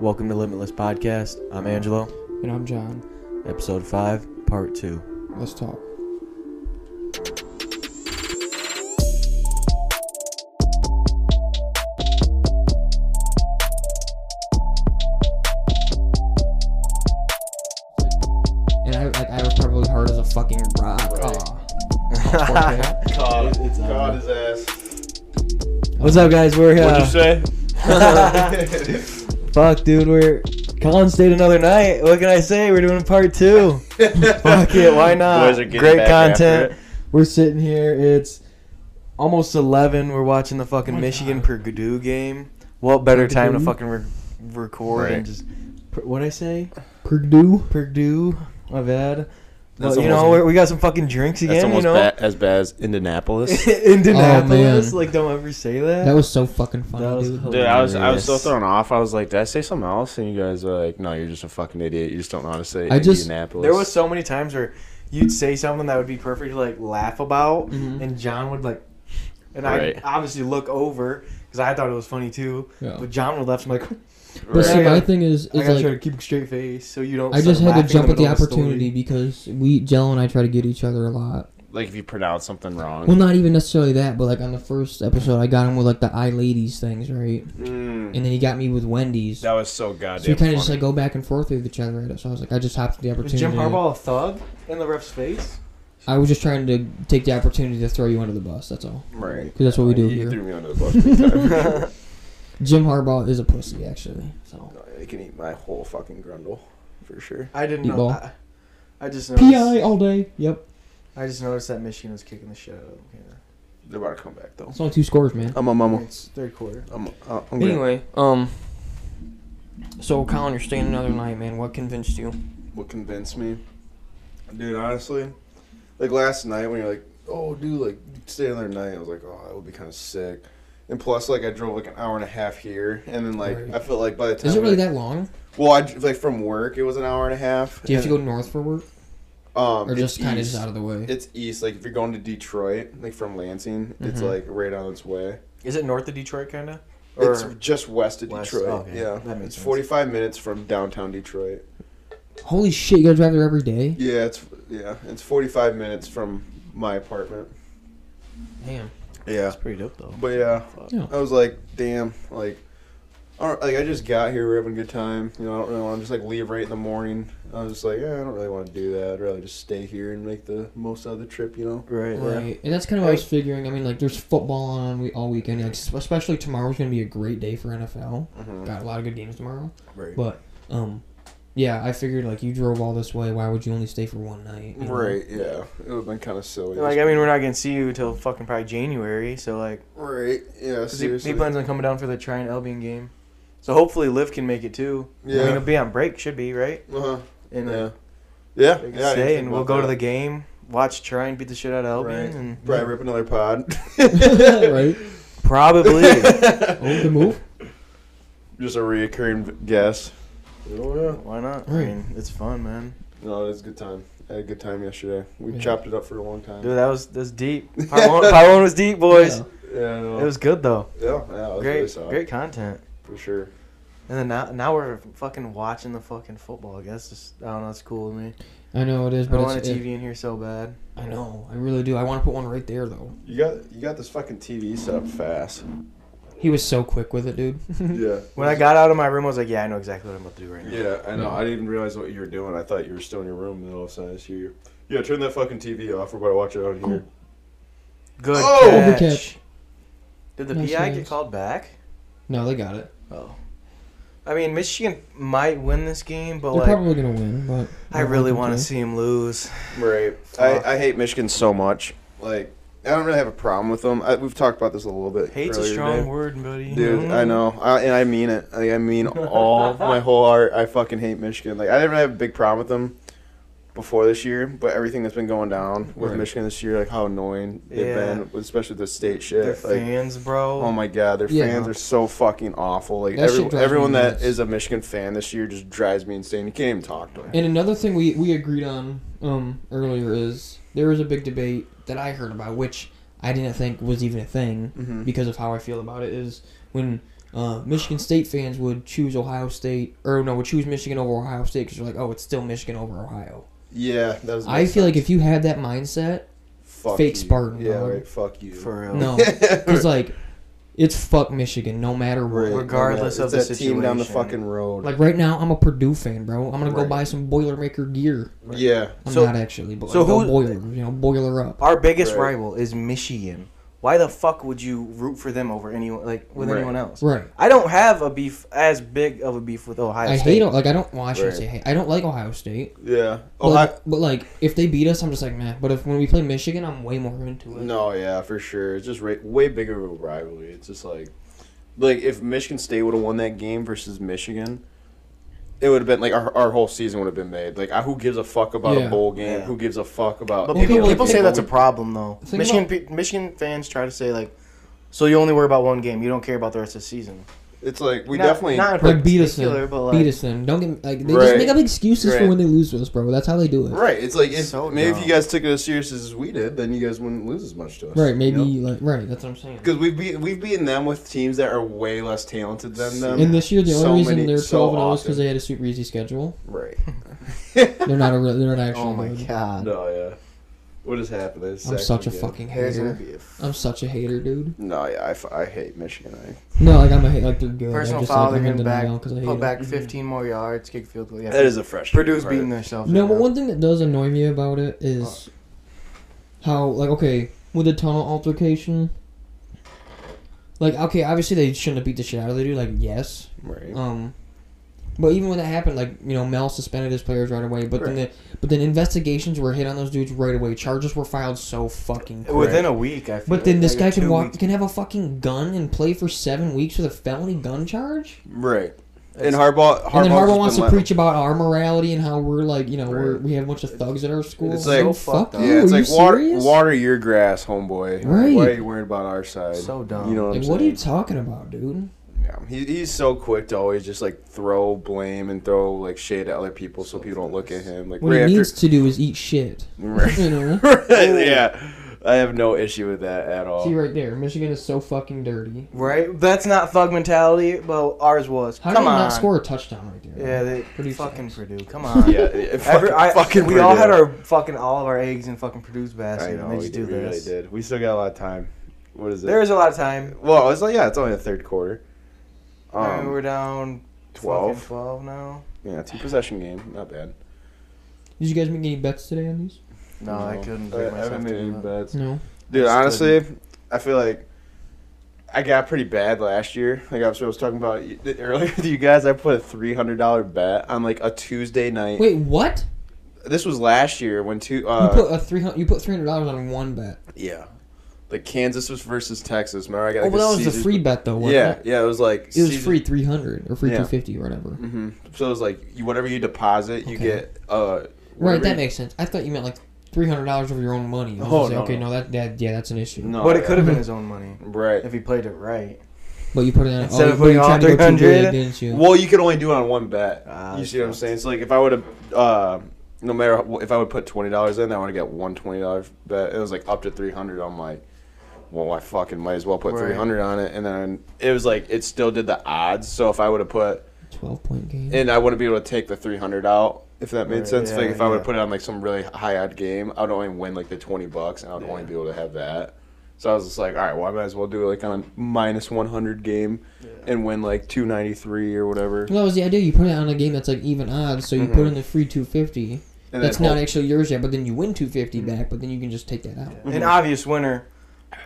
Welcome to Limitless Podcast. I'm Angelo. And I'm John. Episode 5, Part 2. Let's talk. And I like I was probably hard as a fucking rock. Aw. What's Called, It's- it's on called his ass. up, guys? We're here. What'd you say? Fuck, dude. We're. Colin stayed another night. What can I say? We're doing Part 2. Fuck it. Why not? Boys are getting Great back content. after it. We're sitting here. It's almost 11. We're watching the fucking Oh my Michigan God. Purdue game. What better time to Purdue? fucking re- record Right. and just. What I say? Purdue. Purdue. My bad. That's Well, you know, almost- we're, we got some fucking drinks That's again, you almost know? ba- as bad as Indianapolis. Indianapolis. Oh, man. like, don't ever say that. That was so fucking funny, That was dude. hilarious. Dude, I was I was so Hilarious. thrown off. I was like, did I say something else? And you guys were like, no, you're just a fucking idiot. You just don't know how to say I just- Indianapolis. there was so many times where you'd say something that would be perfect to like laugh about, Mhm. and John would like, and Right. I obviously look over because I thought it was funny too. Yeah. But John would laugh. so I'm like, But I see, gotta- my thing is, I is gotta like, try to keep a straight face so you don't. I just start had to laughing in jump at the middle of a story. opportunity because we Jello and I try to get each other a lot. like if you pronounce something wrong. Well, not even necessarily that, but like on the first episode, I got him with like the I ladies things, right? And Mm, then he got me with Wendy's. that was so so we goddamn. kind of just funny. like go back and forth with each other. So I was like, I just hopped at the Was opportunity. Jim Harbaugh a thug in the ref's face? I was just trying to take the opportunity to throw you under the bus. That's all. right. Because that's what we do You here. threw me under the bus. big time. Jim Harbaugh is a pussy, actually. So No, they can eat my whole fucking grundle for sure. I didn't know. Meatball. I, I just noticed. PI all day. Yep. I just noticed that Michigan was kicking the shit out of them here. They're about to come back though. It's only two scores, man. I'm a mama. It's third quarter. I'm, uh, I'm gonna- Anyway, um, so Colin, you're staying another night, man. What convinced you? what convinced me, dude. Honestly, like last night when you're like, "Oh, dude, like stay another night," I was like, "Oh, that would be kind of sick." And plus, like I drove like an hour and a half here, and then like Right. I felt like by the time Is it really like, that long? well, I dr- like from work it was an hour and a half. Do you have to go north for work, go um, or just kind of east. just out of the way? It's east. Like if you're going to Detroit, like from Lansing, it's Mhm. like right on its way. Is it north of Detroit, kind of? it's just west of West, Detroit. okay. Yeah, That makes it's sense. 45 minutes from downtown Detroit. Holy shit! You gotta drive there every day. Yeah, it's yeah, it's 45 minutes from my apartment. Damn. Yeah, pretty dope though. but yeah, Yeah. I was like, damn, like, I don't, like I just got here, we're having a good time. You know, I don't really want to just like leave right in the morning. I was just like, yeah, I don't really want to do that. I'd rather just stay here and make the most out of the trip. You know. Right. Right, and that's kind of what I was figuring. I mean, like, there's football on we- all weekend. Like, s- especially tomorrow's gonna be a great day for NFL. Mm-hmm. Got a lot of good games tomorrow. Right. But, um, yeah, I figured like you drove all this way. Why would you only stay for one night? you know? Right. Yeah, it would have been kind of silly. Like I mean, we're not gonna see you until fucking probably January. So like, right. Yeah. 'cause he, Seriously. he plans on coming down for the Tryon Albion game. So hopefully, Liv can make it too. I Yeah. mean, it'll be on break, should be right. uh-huh. And Yeah. uh, Yeah. they can yeah, I didn't stay, think and we'll about go to that. the game, watch Tryon beat the shit out of Albion, Right. and Probably rip another pod. right. probably. Oh, the move. Just a reoccurring guess. Oh yeah. Why not? I Right. mean, it's fun, man. No, it was a good time. I had a good time yesterday. We Yeah. chopped it up for a long time. Dude, that was that's deep. Part one, part one was deep, boys. Yeah. yeah, I know. It was good though. yeah, yeah, it was Great, really solid, great content. for sure. And then now, now we're fucking watching the fucking football. I guess just, I don't know. It's cool to me. I know it is, I but want a it's, TV in here so bad. I know. I really do. I want to put one right there though. You got you got this fucking TV set up fast. He was so quick with it, dude. yeah. When I got out of my room, I was like, "Yeah, I know exactly what I'm about to do right now." Yeah, I know. I didn't even realize what you were doing. I thought you were still in your room, and then all of a sudden I see you. Yeah, turn that fucking TV off. We're about to watch it out here. Good Oh! Good catch. catch. Did the Nice PI get catch. called back? No, they got it. Oh, I mean, Michigan might win this game, but They're like, probably gonna win, but I really want to Okay. see him lose. Right. Fuck. I, I hate Michigan so much. Like, I don't really have a problem with them. I, we've talked about this a little bit. Hate's a earlier strong today. word, buddy. Hmm? Dude, I know, I, and I mean it. Like, I mean all my whole heart. I fucking hate Michigan. Like, I didn't really have a big problem with them before this year, but everything that's been going down with Right. Michigan this year, like how annoying they've Yeah. been, especially the state Their shit. Like, fans, bro. oh my god, their Yeah. fans are so fucking awful. Like, That shit every, drives me everyone that nuts. is a Michigan fan this year just drives me insane. You can't even talk to them. And another thing we, we agreed on um, earlier is there was a big debate that I heard about, which I didn't think was even a thing Mhm. because of how I feel about it. Is when Uh, Michigan State fans would choose Ohio State, or no, would choose Michigan over Ohio State because you're like, oh, it's still Michigan over Ohio. Yeah, that was. I feel like if you had that mindset, Fuck fake you. Spartan, Yeah, dog. right. Fuck you. For real. no, because like, it's fuck Michigan no matter Right, what. Regardless yeah, of it's the that team down the situation. fucking road. Like right now, I'm a Purdue fan, bro. I'm gonna go Right. buy some Boilermaker gear. Yeah, I'm So- not actually, but so like, go who- boiler, you know, boiler up. Our biggest Right. rival is Michigan. Why the fuck would you root for them over anyone like with Right. anyone else? Right. I don't have a beef as big of a beef with Ohio I State. hate like I don't. Well, I shouldn't Right. say hate. I don't like Ohio State. yeah. But, Oh, I, like, but like if they beat us, I'm just like man. But if when we play Michigan, I'm way more into it. no, yeah, for sure. It's just ra- way bigger of a rivalry. It's just like, like if Michigan State would have won that game versus Michigan, it would have been like our, our whole season would have been made. Like, I, who gives a fuck about Yeah. a bowl game? Yeah. Who gives a fuck about? But Well, people, people- people say people- that's a problem though. Think Michigan pe- Michigan fans try to say like, so you only worry about one game. You don't care about the rest of the season. It's like we Not- definitely not in Like beat us particular, in, but like beat us in. Don't get like they Right. just make up excuses for Right. when they lose to us, bro. That's how they do it. Right. right. It's like if, So maybe if dumb. you guys took it as serious as we did, then you guys wouldn't lose as much to us. maybe like right. That's what I'm saying. Because we've beat, we've beaten them with teams that are way less talented than them. And this year, the only so reason many- they're 12 so and 0 is often. because they had a super easy schedule. right. They're not a real. They're not actually. Oh my good. god. No, yeah. What has happened? It's I'm actually such a good. fucking There's gonna hater. be a I'm such a hater, dude. No, yeah, I, f- I hate Michigan. I, No, like I'm a hate. Like they're good. I personal just, foul. like, They're I'm gonna into back them because I hate put it. back 15 more yards, kick field goal. Yeah, that is a fresh. Purdue's beating themselves. No, right but now. one thing that does annoy me about it Uh. is how, like, okay, with the tunnel altercation, like, okay, obviously they shouldn't have beat the shit out of the dude, like, yes. Right. Um, but even when that happened, like, you know, Mel suspended his players right away, but then the, but then investigations were hit on those dudes right away. Charges were filed so fucking quick. within a week, I. Feel but then like, this or guy can two walk, weeks. can have a fucking gun and play for seven weeks with a felony gun charge. Right. And Harbaugh. and Harbaugh's then just Harbaugh wants been to let- preach about our morality and how we're like, you know, we're, Right. we have a bunch of thugs at our school. It's like- no, So fuck fucked up. you. Yeah, it's are like you water, serious? water your grass, homeboy. Right. Why are you worried about our side? So dumb. You know what Like, I'm what are saying? you talking about, dude? yeah. he, he's so quick to always just like throw blame and throw like shade at other people so people don't look at him. Like What right he after. needs to do is eat shit. Right. You know? yeah. I have no issue with that at all. See right there, Michigan is so fucking dirty. Right? That's not thug mentality, but ours was. How Come did they on. not score a touchdown right there? Yeah, they Purdue fucking sucks. Purdue. Come on. Yeah, yeah, Every, fucking- I, fucking we all Purdue. had our fucking all of our eggs in fucking Purdue's I basket, know, and they we, just do did, we really this. did. We still got a lot of time. What is it? there is a lot of time. well, it's like yeah, it's only the third quarter. I mean, we're Um, down fucking twelve. twelve now. Yeah, two possession game, not bad. Did you guys make any bets today on these? No, I couldn't I, bring I myself Uh, haven't to made any do that. bets. No. Dude, I just honestly, I feel like I got pretty bad last year. Like I was, I was talking about you- earlier with you guys, I put a three hundred dollar bet on like a Tuesday night. Wait, what? This was last year when two. You Uh, put a three hundred. You put three hundred dollars on one bet. yeah, like Kansas was versus Texas. Remember, I got. Oh, Like well, that was the Caesars- free bet though. Wasn't Yeah, It? yeah, it was like It was Caesars- free three hundred or free Yeah. two fifty or whatever. hmm So it's like you, whatever you deposit, you Okay. get. Uh, Right, whatever that you- makes sense. I thought you meant like three hundred dollars of your own money. I was Oh, gonna say, no, okay, no. no, that, that yeah, that's an issue. No, But it yeah. could have been his own money Right. if he played it right. But you put it on Instead oh, of but putting you all tried to go too 300? big, didn't you? Well, you could only do it on one bet. Ah, you that's see what I'm fucked. saying? So like, if I would have, uh, no matter wh- if I would put twenty dollars in, I would have got one twenty dollar bet. It was like up to three hundred. I'm like, well, I fucking might as well put Right. three hundred on it. And then it was like it still did the odds. So if I would have put, Twelve point game. and I wouldn't be able to take the three hundred out. If that made Right, sense, yeah, like if I would yeah. have put it on like some really high odd game, I would only win like the twenty bucks, and I would only Yeah. be able to have that. So I was just like, all right, well, I might as well do it like on a minus one hundred game, and win like two ninety three or whatever. Well, that was the idea. You put it on a game that's like even odds, so you put in the free two fifty. Mm-hmm. And That's then oh, Mm. not hope- actually yours yet, but then you win two back, but then you can just take that out. An obvious winner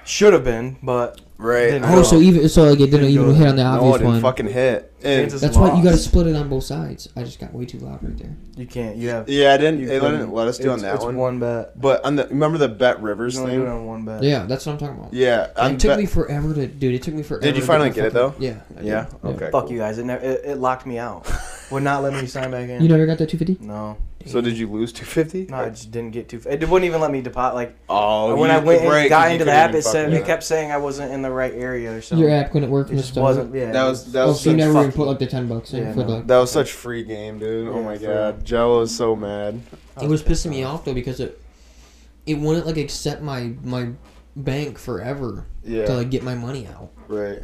should have been, but Right. Oh, Didn't Oh, so even so, like it didn't Didn't go even to- hit on the no, it obvious didn't one. fucking hit. And- Kansas- That's why you got to lost. split it on both sides. I just got way too loud right there. you can't. You have. yeah, I didn't. you It didn't couldn't. let us do on It's- that it's one. one bet. But on the remember the Bet Rivers You only do it thing? on one bet. Yeah, that's what I'm talking about. Yeah. on it took Bet- me forever to, dude. It took me forever. Did you to finally my get it, fucking- though? Yeah. I did. Yeah. Okay. Fuck cool. you guys. It, never, it, it locked me out. Would not let me sign back in. You never got that two fifty. no. So did you lose two fifty? No, I just didn't get too. It wouldn't even let me deposit. Like Oh. when you- I went and right, 'cause got you into the couldn't app, even it said fucking- it kept saying I wasn't in the right area or something. Your app couldn't work it from the just start. wasn't. Yeah, That it was that oh, was so you such, never fuck even put you. like the ten bucks in Yeah, for no. like. that was such free game, dude. oh Yeah, my for god, real. Jello is so mad. It was pissing me off though because it it wouldn't like accept my my bank forever Yeah. to like get my money out. right.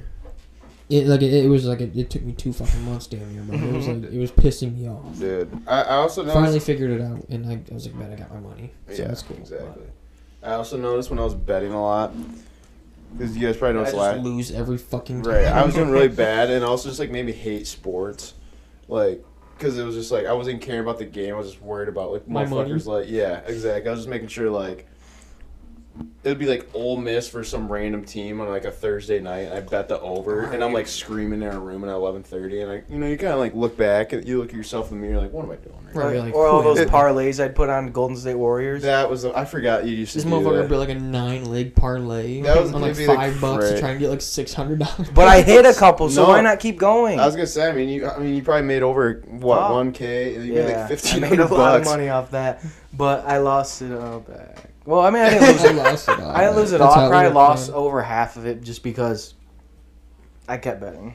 It like it, it was like it, it took me two fucking months damn near, bro. It was like it was pissing me off. Dude, I, I also noticed. Finally figured it out, and I, I was like, man, I got my money. So yeah, that's cool. exactly. I also noticed when I was betting a lot, because you guys probably But I noticed just last. lose every fucking time. Right, I was doing really bad, and also just like made me hate sports, like because it was just like I wasn't caring about the game. I was just worried about like My money? motherfuckers. Like yeah, exactly. I was just making sure like it would be like Ole Miss for some random team on like a Thursday night. And I bet the over, and I'm like screaming in a room at eleven thirty, and I you know you kind of like look back and you look at yourself in the mirror like what am I doing? Right now? Right. Like, or all who am those I? parlays I'd put on Golden State Warriors. That was I forgot you used to This do motherfucker that. would be like a nine leg parlay That was on like gonna be, five like, bucks right. to try and get like six hundred dollars. But I hit a couple, so No. why not keep going? I was gonna say, I mean, you, I mean, you probably made over what Oh. one k, you made yeah, like fifteen I made a hundred lot of bucks. money off that, but I lost it all back. Well, I mean, I didn't lose I it. lost it all. I didn't lose it That's all. how I probably worked, lost man. over half of it just because I kept betting.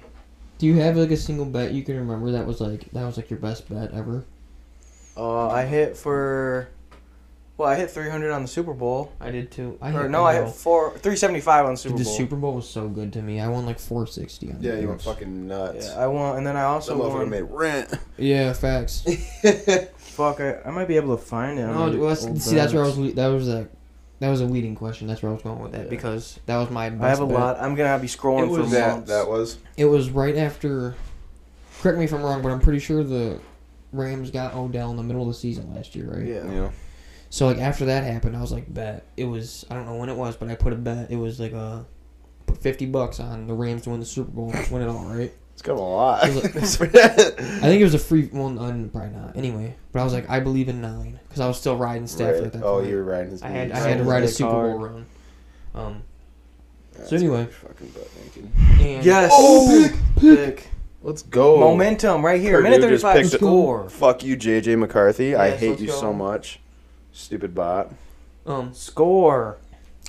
Do you have like a single bet you can remember that was like that was like your best bet ever? Uh, I hit for, well, I hit 300 on the Super Bowl. I did too. I Or hit, no, I hit four 375 on the Super Dude, the Bowl. Super Bowl was so good to me. I won like four sixty on Yeah, it. you went fucking nuts. yeah, I won, and then I also Some motherfucker won. made rent. Yeah, facts. Fuck, I, I might be able to find it. on No, the well, that's- old see, that's where I books. was. le- That was a, that was a leading question. That's where I was going with that Yeah. because that was my. Best I have a bet. lot. I'm gonna be It scrolling for was- that months. that was It was right after. Correct me if I'm wrong, but I'm pretty sure the Rams got Odell in the middle of the season last year, right? Yeah. you know. So like after that happened, I was like, bet it was. I don't know when it was, but I put a bet. It was like a. Put fifty bucks on the Rams to win the Super Bowl, win it all, right? It's got a lot. I think it was a free one, well, probably not. Anyway, but I was like, I believe in nine because I was still riding Stafford Right. at that Oh, point. you were riding his. I had I knees. had to Riding ride a his Super dick Bowl hard. run. Um, That's So anyway. pretty Fucking butt naked. and Yes. Oh, pick, pick. Let's go. Momentum right here. Purdue Minute Oh. just 35 picked it. score. Fuck you, JJ McCarthy. I Yes, hate let's you go. so much. Stupid bot. Um, Score.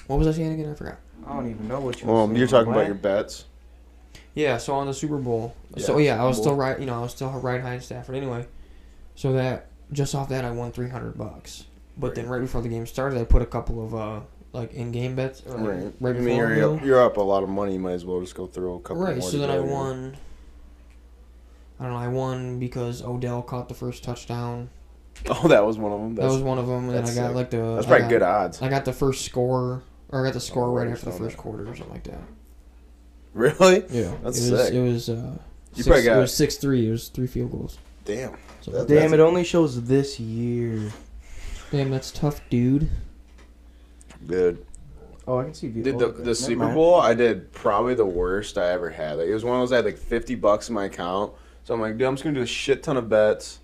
what was I saying again? I forgot. I don't even know what you. Well, were you're saying. talking about your bets. Yeah, so on the Super Bowl. So Yeah, yeah, I was Super still right. You know, I was still right behind Stafford anyway. So that just off that, I won three hundred bucks. But then right before the game started, I put a couple of uh like in-game bets. Or, like, Right. Right I before. mean, you you're know? up, you're up a lot of money. You might as well just go throw a couple Right. more. So then I together. won. I don't know. I won because Odell caught the first touchdown. Oh, that was one of them. That That's, was one of them. And then I that's got sick. like the. that's I probably got- good odds. I got the first score, or I got the score Oh, right I after the saw that. first quarter or something like that. Really? Yeah, That's it was, sick. It was. Uh, You six, probably got- it was six three. It was three field goals. Damn. So That- Damn, That's- it only shows this year. damn, that's tough, dude. Good. Oh, I can see. Did the, the Super Bowl? I did probably the worst I ever had. Like, it was one of those I had like fifty bucks in my account, so I'm like, dude, I'm just gonna do a shit ton of bets,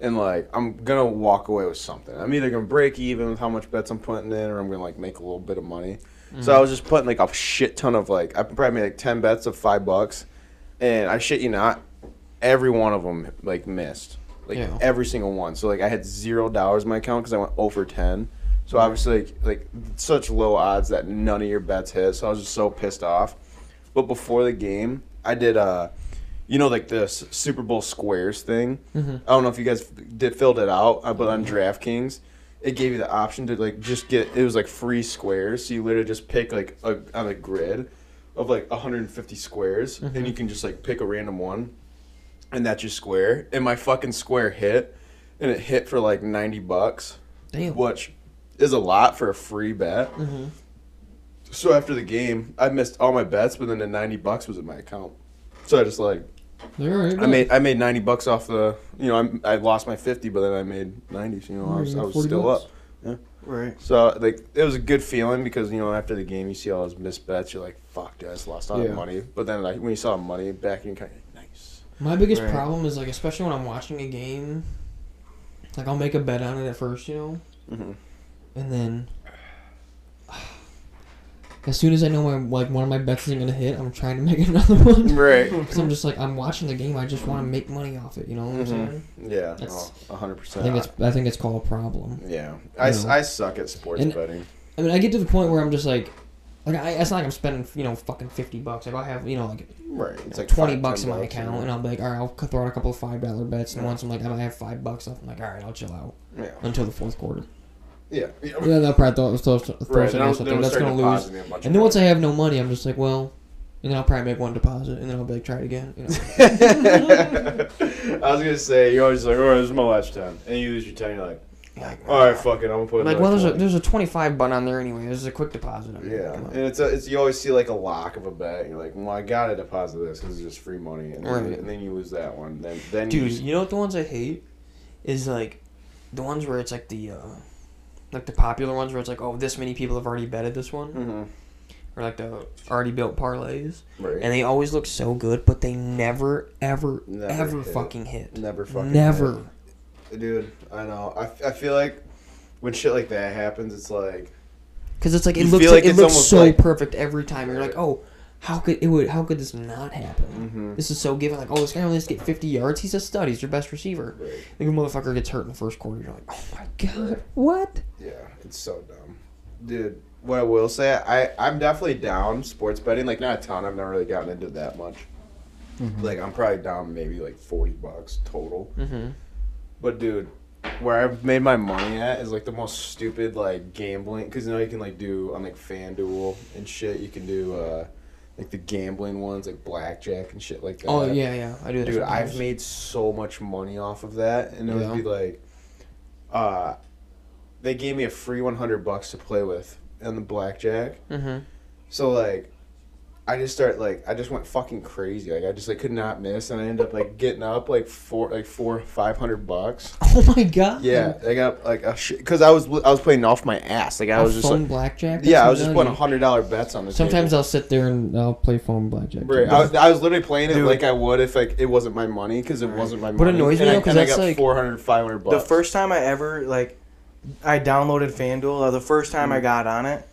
and like I'm gonna walk away with something. I'm either gonna break even with how much bets I'm putting in, or I'm gonna like make a little bit of money. So I was just putting like a shit ton of like I probably made like ten bets of five bucks, and I shit you not, every one of them like missed, like Yeah. every single one. So like I had zero dollars in my account because I went over ten. So obviously like, like such low odds that none of your bets hit. So I was just so pissed off. But before the game, I did uh, you know like the S- Super Bowl squares thing. Mhm. I don't know if you guys did filled it out, uh, but on DraftKings, it gave you the option to like just get it was like free squares. So you literally just pick like a, on a grid of like 150 squares, and you can just like pick a random one, and that's your square. And my fucking square hit, and it hit for like 90 bucks, Damn. which is a lot for a free bet. hmm So after the game, I missed all my bets, but then the 90 bucks was in my account. So I just like I made I made ninety bucks off the you know I, I lost my fifty but then I made ninety so, you know I was, I was still up Right. so like it was a good feeling because you know after the game you see all those missed bets you're like fuck dude I just lost all Yeah. that money but then like when you saw money back you kind of nice My biggest Right. problem is like, especially when I'm watching a game, like I'll make a bet on it at first, you know, Mhm. Mm-hmm. and then as soon as I know my like one of my bets isn't gonna hit, I'm trying to make another one. right Because I'm just like I'm watching the game. I just want to make money off it. You know what I'm Mhm. saying? yeah Oh, That's- a hundred I think it's percent I think it's called a problem. yeah I, s- No. I suck at sports And- betting I mean, I get to the point where I'm just like, like I, it's not like I'm spending you know fucking fifty bucks. Like I have you know like right it's like twenty five, bucks in 10 my account, you and know? I'll be like, all right, I'll c- throw out a couple of five dollar bets, and once I'm like, I might have five bucks left. I'm like, all right, I'll chill out until the fourth quarter. yeah yeah Yeah, they'll probably throw, throw, throw right something then I else out was- then I there. was That's gonna starting to lose. deposit me a bunch And of then once money. I have no money, I'm just like, well, and then I'll probably make one deposit, and then I'll be like, try it again. You know? I was gonna say you're always like, all right, this is my last ten, and you lose your ten, you're like, like, all right, fuck it, I'm gonna put. like, another well, there's a 20." there's a twenty five button on there anyway. There's a quick deposit. I mean, Yeah, come on. and it's a, it's you always see like a lock of a bet. and You're like, well, I gotta deposit this because it's just free money, and, then, Right. and then you lose that one. Then then Dude, you, you know what the ones I hate is like the ones where it's like the uh like the popular ones where it's like oh this many people have already betted this one hmm or like the already built parlays right? and they always look so good but they never ever Never ever hit. fucking hit. never fucking never. hit. dude. I know. I, f- I feel like when shit like that happens, it's like Cuz it's like it You looks feel like, it like it's looks almost so like- perfect every time. You're like, "Oh, how could it would how could this not happen?" Mhm. This is so given like, "Oh, this guy only has to get 50 yards. He's a stud. He's your best receiver." right. Like a motherfucker gets hurt in the first quarter. You're like, "Oh my god. What?" Yeah, it's so dumb, dude. What I will say, I I'm definitely down sports betting. Like not a ton. I've never really gotten into that much. Mm-hmm. Like I'm probably down maybe like forty bucks total. Mhm. But dude, where I've made my money at is like the most stupid like gambling because now you can like do on like FanDuel and shit. You can do uh like the gambling ones like blackjack and shit like that. Oh yeah, yeah, I do. That dude, sometimes. I've made so much money off of that, and it Yeah. would be like, uh, they gave me a free one hundred bucks to play with on the blackjack. Mhm. So like, I just start like I just went fucking crazy. Like I just like could not miss, and I ended up like getting up like four like four five hundred bucks. Oh my god. Yeah, I got like a shit because I was I was playing off my ass. Like I A was just phone like, blackjack. yeah, That's I was just another putting game. hundred dollar bets on this. Sometimes I'll sit there and I'll play phone blackjack. Right. I, was- I was literally playing it Dude. like I would if like it wasn't my money because it wasn't my money. But it annoys me and I- though, 'cause and I that's, got like- 400, 500 bucks. The first time I ever like, I downloaded FanDuel. uh, The first time Mm. I got on it,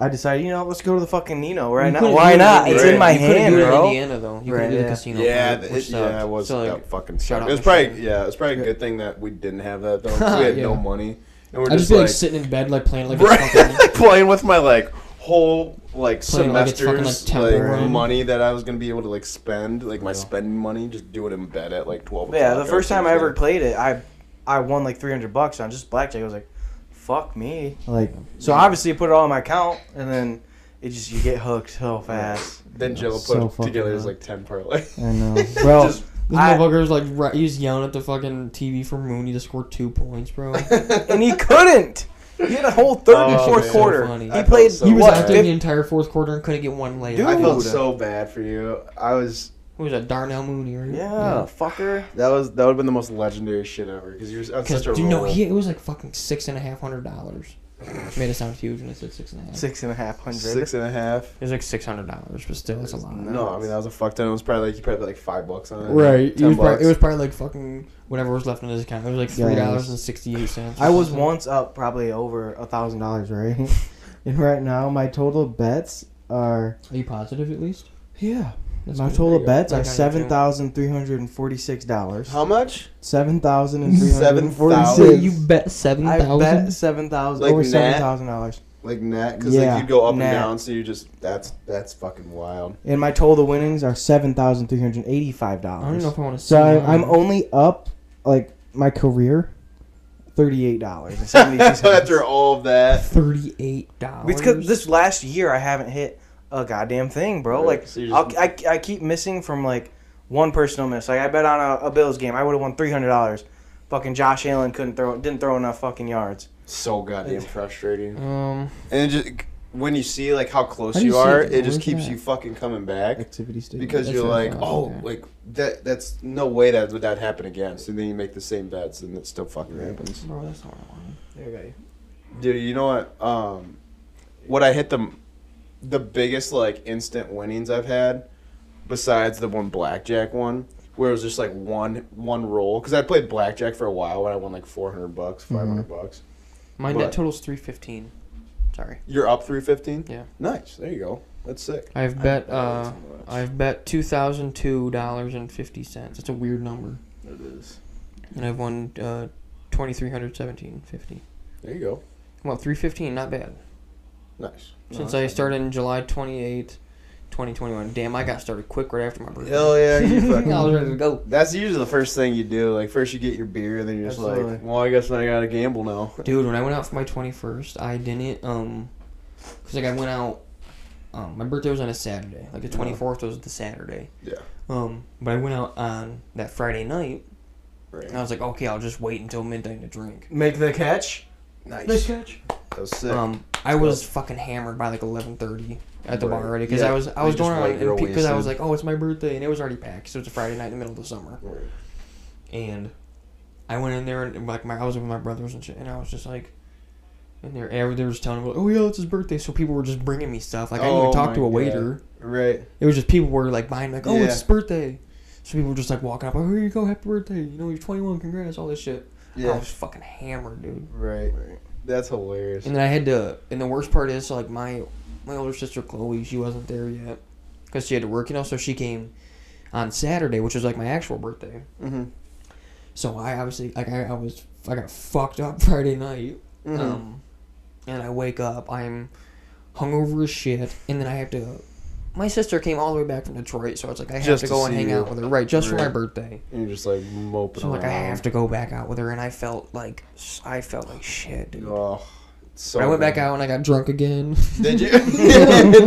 I decided, you know, let's go to the fucking Nino right You now. couldn't Why do it not? in It's Indiana. in my You couldn't hand, do it in bro. Indiana though. You Right, could do the yeah. casino. yeah, part, th- which it, yeah, sucked. it was So, like, that fucking shout sucked. out It was Michigan. probably yeah, it was probably a good thing that we didn't have that though. 'cause we had no Yeah. money and we're I just just be like like, sitting in bed, like playing like a right, fucking. like, playing with my like whole like Playing like it's fucking, semesters like, like, Temple Run. money that I was gonna be able to like spend like my spending money just do it in bed at like twelve. Yeah, the o'clock or first time I something. ever played it, I I won like 300 bucks on just blackjack. I was like, fuck me. Like, so obviously I put it all in my account, and then it just you get hooked so fast. Then Jill put so it fucking together as dumb. like ten parlay. I know, bro. Just- This I- motherfucker's like right, he's yelling at the fucking TV for Mooney to score two points, bro. and he couldn't. He had a whole third and Oh, fourth man. quarter. So funny. he I played felt so he was what? out there the 50 entire fourth quarter and couldn't get one layup. Dude. I felt Dude. so bad for you. I was Who was that? Darnell Mooney, right? yeah, fucker. that was that would have been the most legendary shit ever because you were on Because such a do you know roll. he? It was like fucking six and a half hundred dollars. Made it sound huge when I said six and a half. Six and a half hundred. six and a half. It was like six hundred dollars, but still, it's a lot. No, I mean that was a fuck ton. It was probably like you probably put, like five bucks on it. Right. It Ten was, bucks. probably, it was probably like fucking whatever was left in his account. It was like three dollars and sixty eight cents. I was once up probably over a thousand dollars, right? and right now my total bets are Are you positive at least? yeah. That's my good. total There you go. bets are Like I do. seven thousand three hundred and forty-six dollars. How much? Seven thousand and three hundred and Wait, forty-six. you bet seven I bet thousand. seven thousand Like over that? seven thousand dollars, Like net? Because Yeah, like you go up net. and down, so you just that's that's fucking wild. and my total winnings are seven thousand three hundred eighty-five I don't dollars. know if I want to. So I, I'm only up like my career, thirty-eight dollars and seventy-two cents. After all of that, thirty eight dollars. because this last year I haven't hit a goddamn thing, bro. Right, Like so you just- I'll, I, I keep missing from like one personal miss. Like I bet on a, a Bills game, I would have won three hundred dollars. Fucking Josh Allen couldn't throw, didn't throw enough fucking yards. so goddamn frustrating. Um. And it just when you see like how close How do you, you see are, it? it just Where's keeps that? you fucking coming back. Activity statement. Because That's you're what I like, thought, oh, yeah. like that. That's no way that would that happen again. So then you make the same bets, and it still fucking happens. Bro, that's not what I wanted. Okay. Dude, you know what? Um, what I hit the the biggest like instant winnings I've had, besides the one blackjack one, where it was just like one one roll. Because I played blackjack for a while, and I won like four hundred bucks, five Mm-hmm. bucks. My But- net total's three fifteen. Sorry. You're up three fifteen. Yeah. Nice. There you go. That's sick. I've bet. I Uh. don't know, that's- I've bet two thousand two dollars and fifty cents. That's a weird number. It is. And I've won uh twenty three hundred seventeen fifty. There you go. Well, three fifteen, not bad. Nice. No, Since that's I not- started in July 28, 2021. Damn, I got started quick right after my birthday. Hell yeah, you fucking. I was ready to go. That's usually the first thing you do. Like first you get your beer, and then you're just like, Absolutely. well, I guess I gotta gamble now. Dude, when I went out for my 21st, I didn't, um, because, like, I went out Um, my birthday was on a Saturday. Like the twenty fourth was the Saturday. Yeah. Um, but I went out on that Friday night, and I Right. was like, okay, I'll just wait until midnight to drink. Make the catch. Nice. That catch. was sick. Um, I was fucking hammered by like eleven thirty at the bar Right. already because Yeah. I was I You was just going white girl out because I was wasted. like, oh, it's my birthday, and it was already packed. So it's a Friday night in the middle of the summer, Right. and I went in there and like my I was with my brothers and shit, and I was just like. in there, and they were just telling me, "Oh yeah, it's his birthday." So people were just bringing me stuff. Like I didn't Oh even talk my to a God. waiter. Right. It was just people were like buying like, oh, Yeah. it's his birthday. So people were just like walking up, oh, here you go, happy birthday. You know, you're 21, congrats, all this shit. I Yeah. was fucking hammered, dude. Right. That's hilarious. And then I had to, and the worst part is, so, like my my older sister Chloe, she wasn't there yet because she had to work, you know. So she came on Saturday, which was like my actual birthday. Mm-hmm. So I obviously like I, I was I got fucked up Friday night, Mhm. um, and I wake up, I'm hungover as shit, and then I have to. My sister came all the way back from Detroit, so I was like, I have Just to to go and see hang you. out with her, right? Just for my Right. Oh, birthday. And you're just like moping So like, I around. have to go back out with her, and I felt like I felt like shit, dude. Oh, it's so But I went back bad. out and I got drunk again. Did you?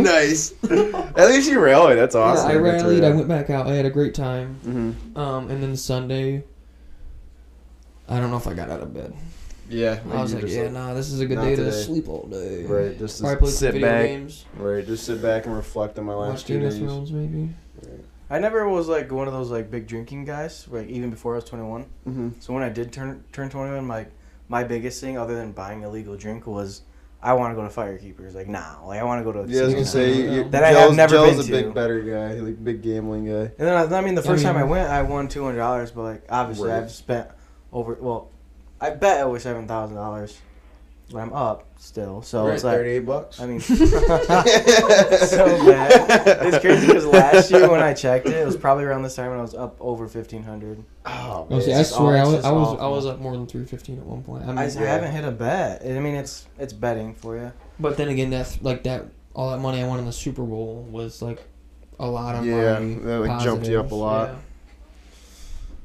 nice. At least you rallied. That's awesome. I That's rallied. I rad. went back out. I had a great time. Mhm. Um, and then Sunday, I don't know if I got out of bed. Yeah. I was you like, just, yeah, nah, this is a good not day to today. sleep all day. Right, just to Probably play some sit video back, games, Right. Just sit back and reflect on my watch last two Game of days. Thrones, maybe. I never was like one of those like big drinking guys. Like even before I was 21. Mm-hmm. So when I did turn turn 21, my my biggest thing other than buying a legal drink was I want to go to Firekeepers. Like nah, like I want to go to. Yeah, I was gonna casinos. say Yeah. you, That I have Joel's- never Joel's been a to. big better guy, like big gambling guy. And then I, I mean, the first I time I mean- went, I won two hundred dollars, but like obviously Right. I've spent over well, I bet over seven thousand dollars, but I'm up still. So Right, it's like thirty-eight bucks. I mean, so bad. It's crazy because last year when I checked it, it was probably around this time when I was up over fifteen hundred. oh, Oh, man. see, I It's just swear, I all- was, it's I just was, I awful. was up more than three fifteen at one point. I mean, I, I yeah. haven't hit a bet. I mean, it's it's betting for you. But then again, that's like that. All that money I won in the Super Bowl was like a lot of Yeah, money. that, like, jumped you up a positives, lot. yeah.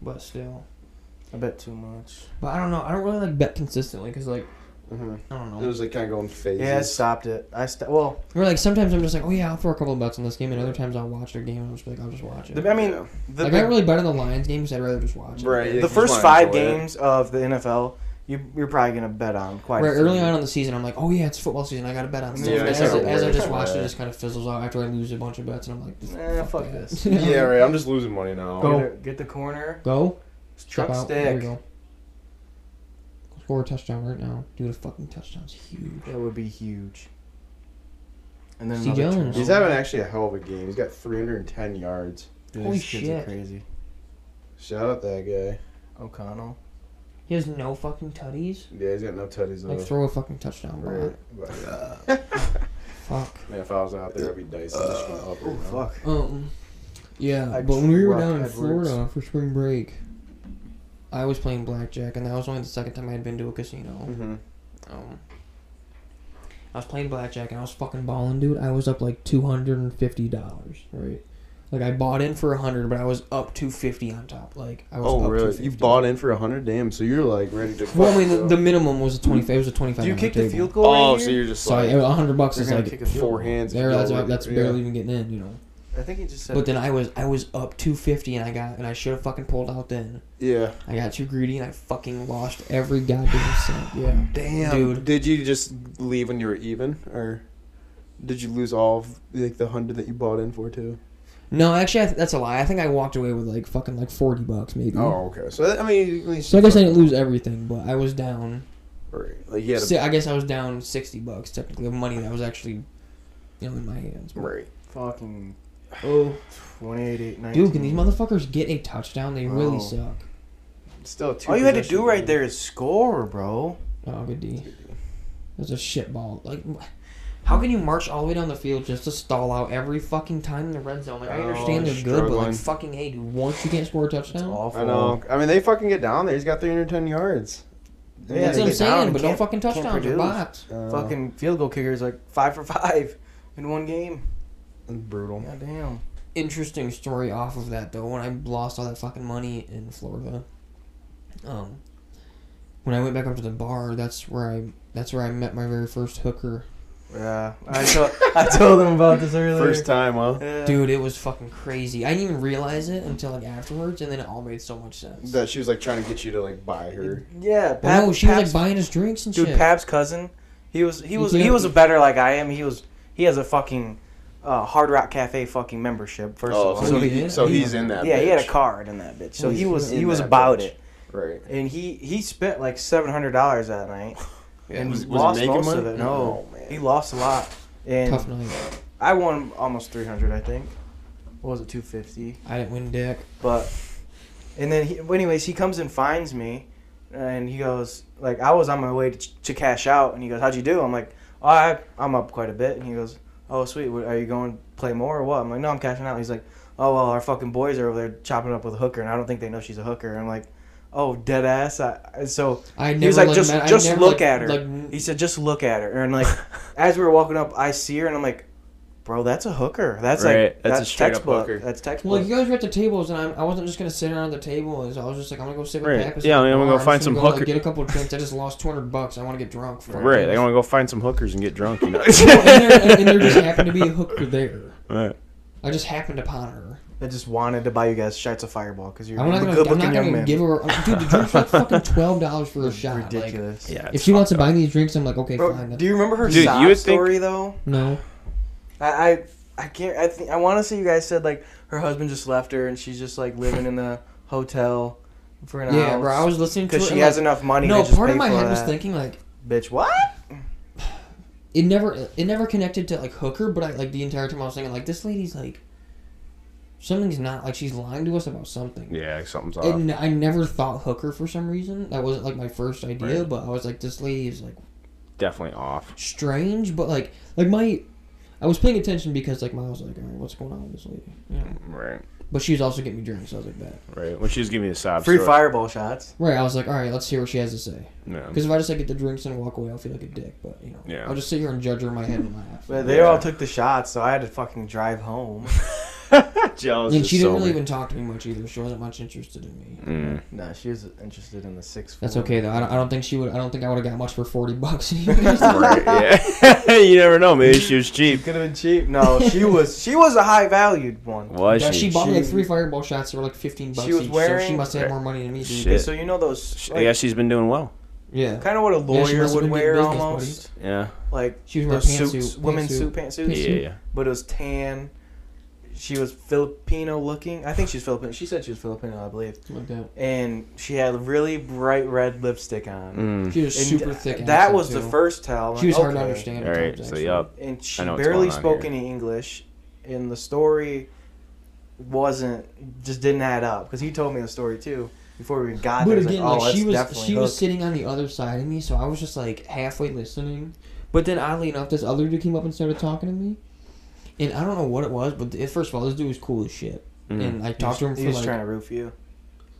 But still, I bet too much. but I don't know. I don't really like bet consistently because like Mhm. I don't It know. was like kind of going phases. Yeah, I stopped it. I st- well, Or like sometimes I'm just like, oh yeah, I'll throw a couple of bets on this game, and other times I'll watch their game and I'm just like, I'll just watch it. the, I mean, Yeah. the, like I don't really bet on the Lions game because I'd rather just watch it. Right, the You first wanna five enjoy it. games of the NFL, you you're probably gonna bet on quite. a Right few. early on in the season, I'm like, oh yeah, it's football season. I got to bet on Yeah, stuff. And it's as, not as I worth just it. watch it, it just kind of fizzles out after I lose a bunch of bets, and I'm like, Eh, fuck that. this. Yeah, right. I'm just losing money now. Go. Get the, get the corner. Go. Step Truck out. There we stick. go. Score a touchdown right now, dude. A fucking touchdown's huge. That would be huge. And then Steve another Jones. turnover. He's having actually a hell of a game. He's got 310 yards. Dude, Holy these kids are shit. crazy. Shout out that guy. O'Connell. He has no fucking tutties. Yeah, he's got no tutties Like though. throw a fucking touchdown ball. Right. But, uh, Fuck. man, if I was out there, I'd be dicing this one up. right now. Oh, Fuck. Um. Yeah, I but when we were dropped down in Edwards. Florida for spring break, I was playing blackjack, and that was only the second time I had been to a casino. Mhm. Um. I was playing blackjack and I was fucking balling, dude. I was up like two hundred and fifty dollars, right? Like I bought in for a hundred, but I was up two fifty on top. Like I was. Oh, up really? 250. You bought in for a hundred? Damn! So you're like ready to? Well, I mean, the, the minimum was a twenty. It was a twenty-five. Do you on kick the table. field goal? oh, right so here? you're just So like I- a hundred bucks You're is gonna like kick a field four goal. hands. there. That's, that's yeah. barely even getting in, you know. I think he just said. But then I was I was up two fifty, and I got and I should have fucking pulled out then. Yeah. I got too greedy and I fucking lost every goddamn cent. Yeah. Damn, Dude. Did you just leave when you were even, or did you lose all of, like the hundred that you bought in for too? No, actually, I th- that's a lie. I think I walked away with like fucking like forty bucks maybe. Oh, okay. So that- I mean, at least So I guess I didn't lose everything, but I was down. Right. Like you had si- a, I guess I was down sixty bucks technically of money that was actually, you know, in my hands. right. Fucking Oh, 28, 8, 19. dude, can these motherfuckers get a touchdown? They really Oh. suck. Still, two All you had to possession do right game. there is score, bro. Oh, good D. That's a shit ball. Like, wh- how can you march all the way down the field just to stall out every fucking time in the red zone? Like, I Oh, understand they're good, but struggling. like, fucking hey, dude, once you can't score a It's touchdown, awful. I know. I mean, they fucking get down there. He's got 310 yards. Yeah, they That's what I'm get down saying, and but no can't- fucking can't touchdowns or produce. bots. Uh, Fucking field goal kicker is like five for five in one game. brutal. God damn. Interesting story off of that though. When I lost all that fucking money in Florida, um, when I went back up to the bar, that's where I that's where I met my very first hooker. Yeah, I told I told him about this earlier. First time, huh? Yeah. Dude, it was fucking crazy. I didn't even realize it until like afterwards, and then it all made so much sense. That she was like trying to get you to like buy her. Yeah, But Pap, no, she Pap's- was like buying us drinks and dude, shit. Pap's cousin. He was he You was can't- he was a better like I am. He was he has a fucking uh, Hard Rock Cafe fucking membership. First of all, so so he he, did? Oh, so he's in that. yeah, he had a bitch. card in that bitch. So Holy he was shit. he In was that about bitch. it, Right. and he he spent like seven hundred dollars that night. Yeah. and Was- was it lost making most money? of it. No, No, man. he lost a lot, and Tough night. I won almost three hundred. I think. What was it two fifty? I didn't win dick. But and then, he, well, anyways, he comes and finds me, and he goes like, "I was on my way to, to cash out," and he goes, "How'd you do?" I'm like, "Oh, I, I'm up quite a bit," and he goes, "Oh, sweet, what, are you going to play more or what?" I'm like, "No, I'm cashing out." He's like, "Oh well, our fucking boys are over there chopping up with a hooker, and I don't think they know she's a hooker." I'm like, "Oh, dead ass." I, and so I never he was like, like, "Just, met- I just never, look like- at her." Like, he said, "Just look at her," and like, as we were walking up, I see her, and I'm like. Bro, that's a hooker. That's Right, like that's a that's, straight up textbook. hooker. That's textbook. well, like, you guys were at the tables, and I'm, I wasn't just gonna sit around at the table. And so I was just like, I'm gonna go sit with Right. Pappas Yeah, at I mean, the I'm gonna go bar. find just some go, like, hooker- get a couple drinks. I just lost 200 bucks. I want to get drunk. For Right. They want to go find some hookers and get drunk. You know? and, there, and, and there just happened to be a hooker there. Right. I just happened upon her. I just wanted to buy you guys shots of Fireball because you're I'm a not gonna, I'm good-looking not young gonna man. give her. I'm- dude, the drink's like fucking twelve dollars for a shot. like, Ridiculous. Yeah. if it's she wants to fucked up. buy me these drinks, I'm like, okay, Bro, fine. that's- do you remember her Dude, you sob would think- story though? no, I, I I can't. I think I want to say you guys said like her husband just left her and she's just like living in the hotel for an yeah, bro. I was listening to because it, she and, has like, enough money. No, to just part pay of my for head was that. thinking like bitch, what? it never, it never connected to like hooker, but I like the entire time I was thinking like this lady's like something's not like she's lying to us about something. Yeah, something's off. And I never thought hooker for some reason. That wasn't like my first idea, Right. but I was like, this lady is like Definitely off. strange, but like like my I was paying attention because like Miles was like, all right, what's going on with this lady? You know. Right. But she was also getting me drinks, so I was like that. Right. When she was giving me the sob Free story. Fireball shots. Right, I was like, all right, let's hear what she has to say. Yeah. Because if I just like get the drinks and walk away, I'll feel like a dick. But you know, Yeah. I'll just sit here and judge her in my head and laugh. But they Yeah. all took the shots, so I had to fucking drive home. Jealous and is she didn't so really mean. even talk to me much either. She wasn't much interested in me. Mm. no, she was interested in the six. That's okay though. I don't, I don't think she would. I don't think I would have got much for forty bucks. right, yeah. Mm. you never know. Maybe she was cheap. Could have been cheap. No, she was. She was a high valued one. Was yeah, she? she bought me like She- three fireball shots that were like fifteen bucks. She was each, so she wearing- must have had more money than me. Dude. Shit. So you know those. She- I Like, guess she's been doing well. Yeah, Kind of what a Yeah, she lawyer must've would been doing wear business, almost. Yeah. Like she was those wearing pantsuit, suits, women's pantsuit. suit pantsuits. Yeah, yeah. But it was tan. She was Filipino looking. I think she's Filipino. She said she was Filipino, I believe. Like that. And she had really bright red lipstick on. Mm. She was And super th- thick. That accent, was the too. first tell. I'm She was like, hard to okay. understand. All at right. times, So actually. yup. And she I know what's barely going on spoke here. any English. And the story wasn't just didn't add up because he told me the story too before we even got But there. I was again, like, like, oh, she that's was definitely she was hooked." sitting on the other side of me, so I was just like halfway listening. But then oddly enough, this other dude came up and started talking to me, and I don't know what it was. But th- first of all, this dude was cool as shit, Mm. and I He was, talked to him he for was like trying to roof you.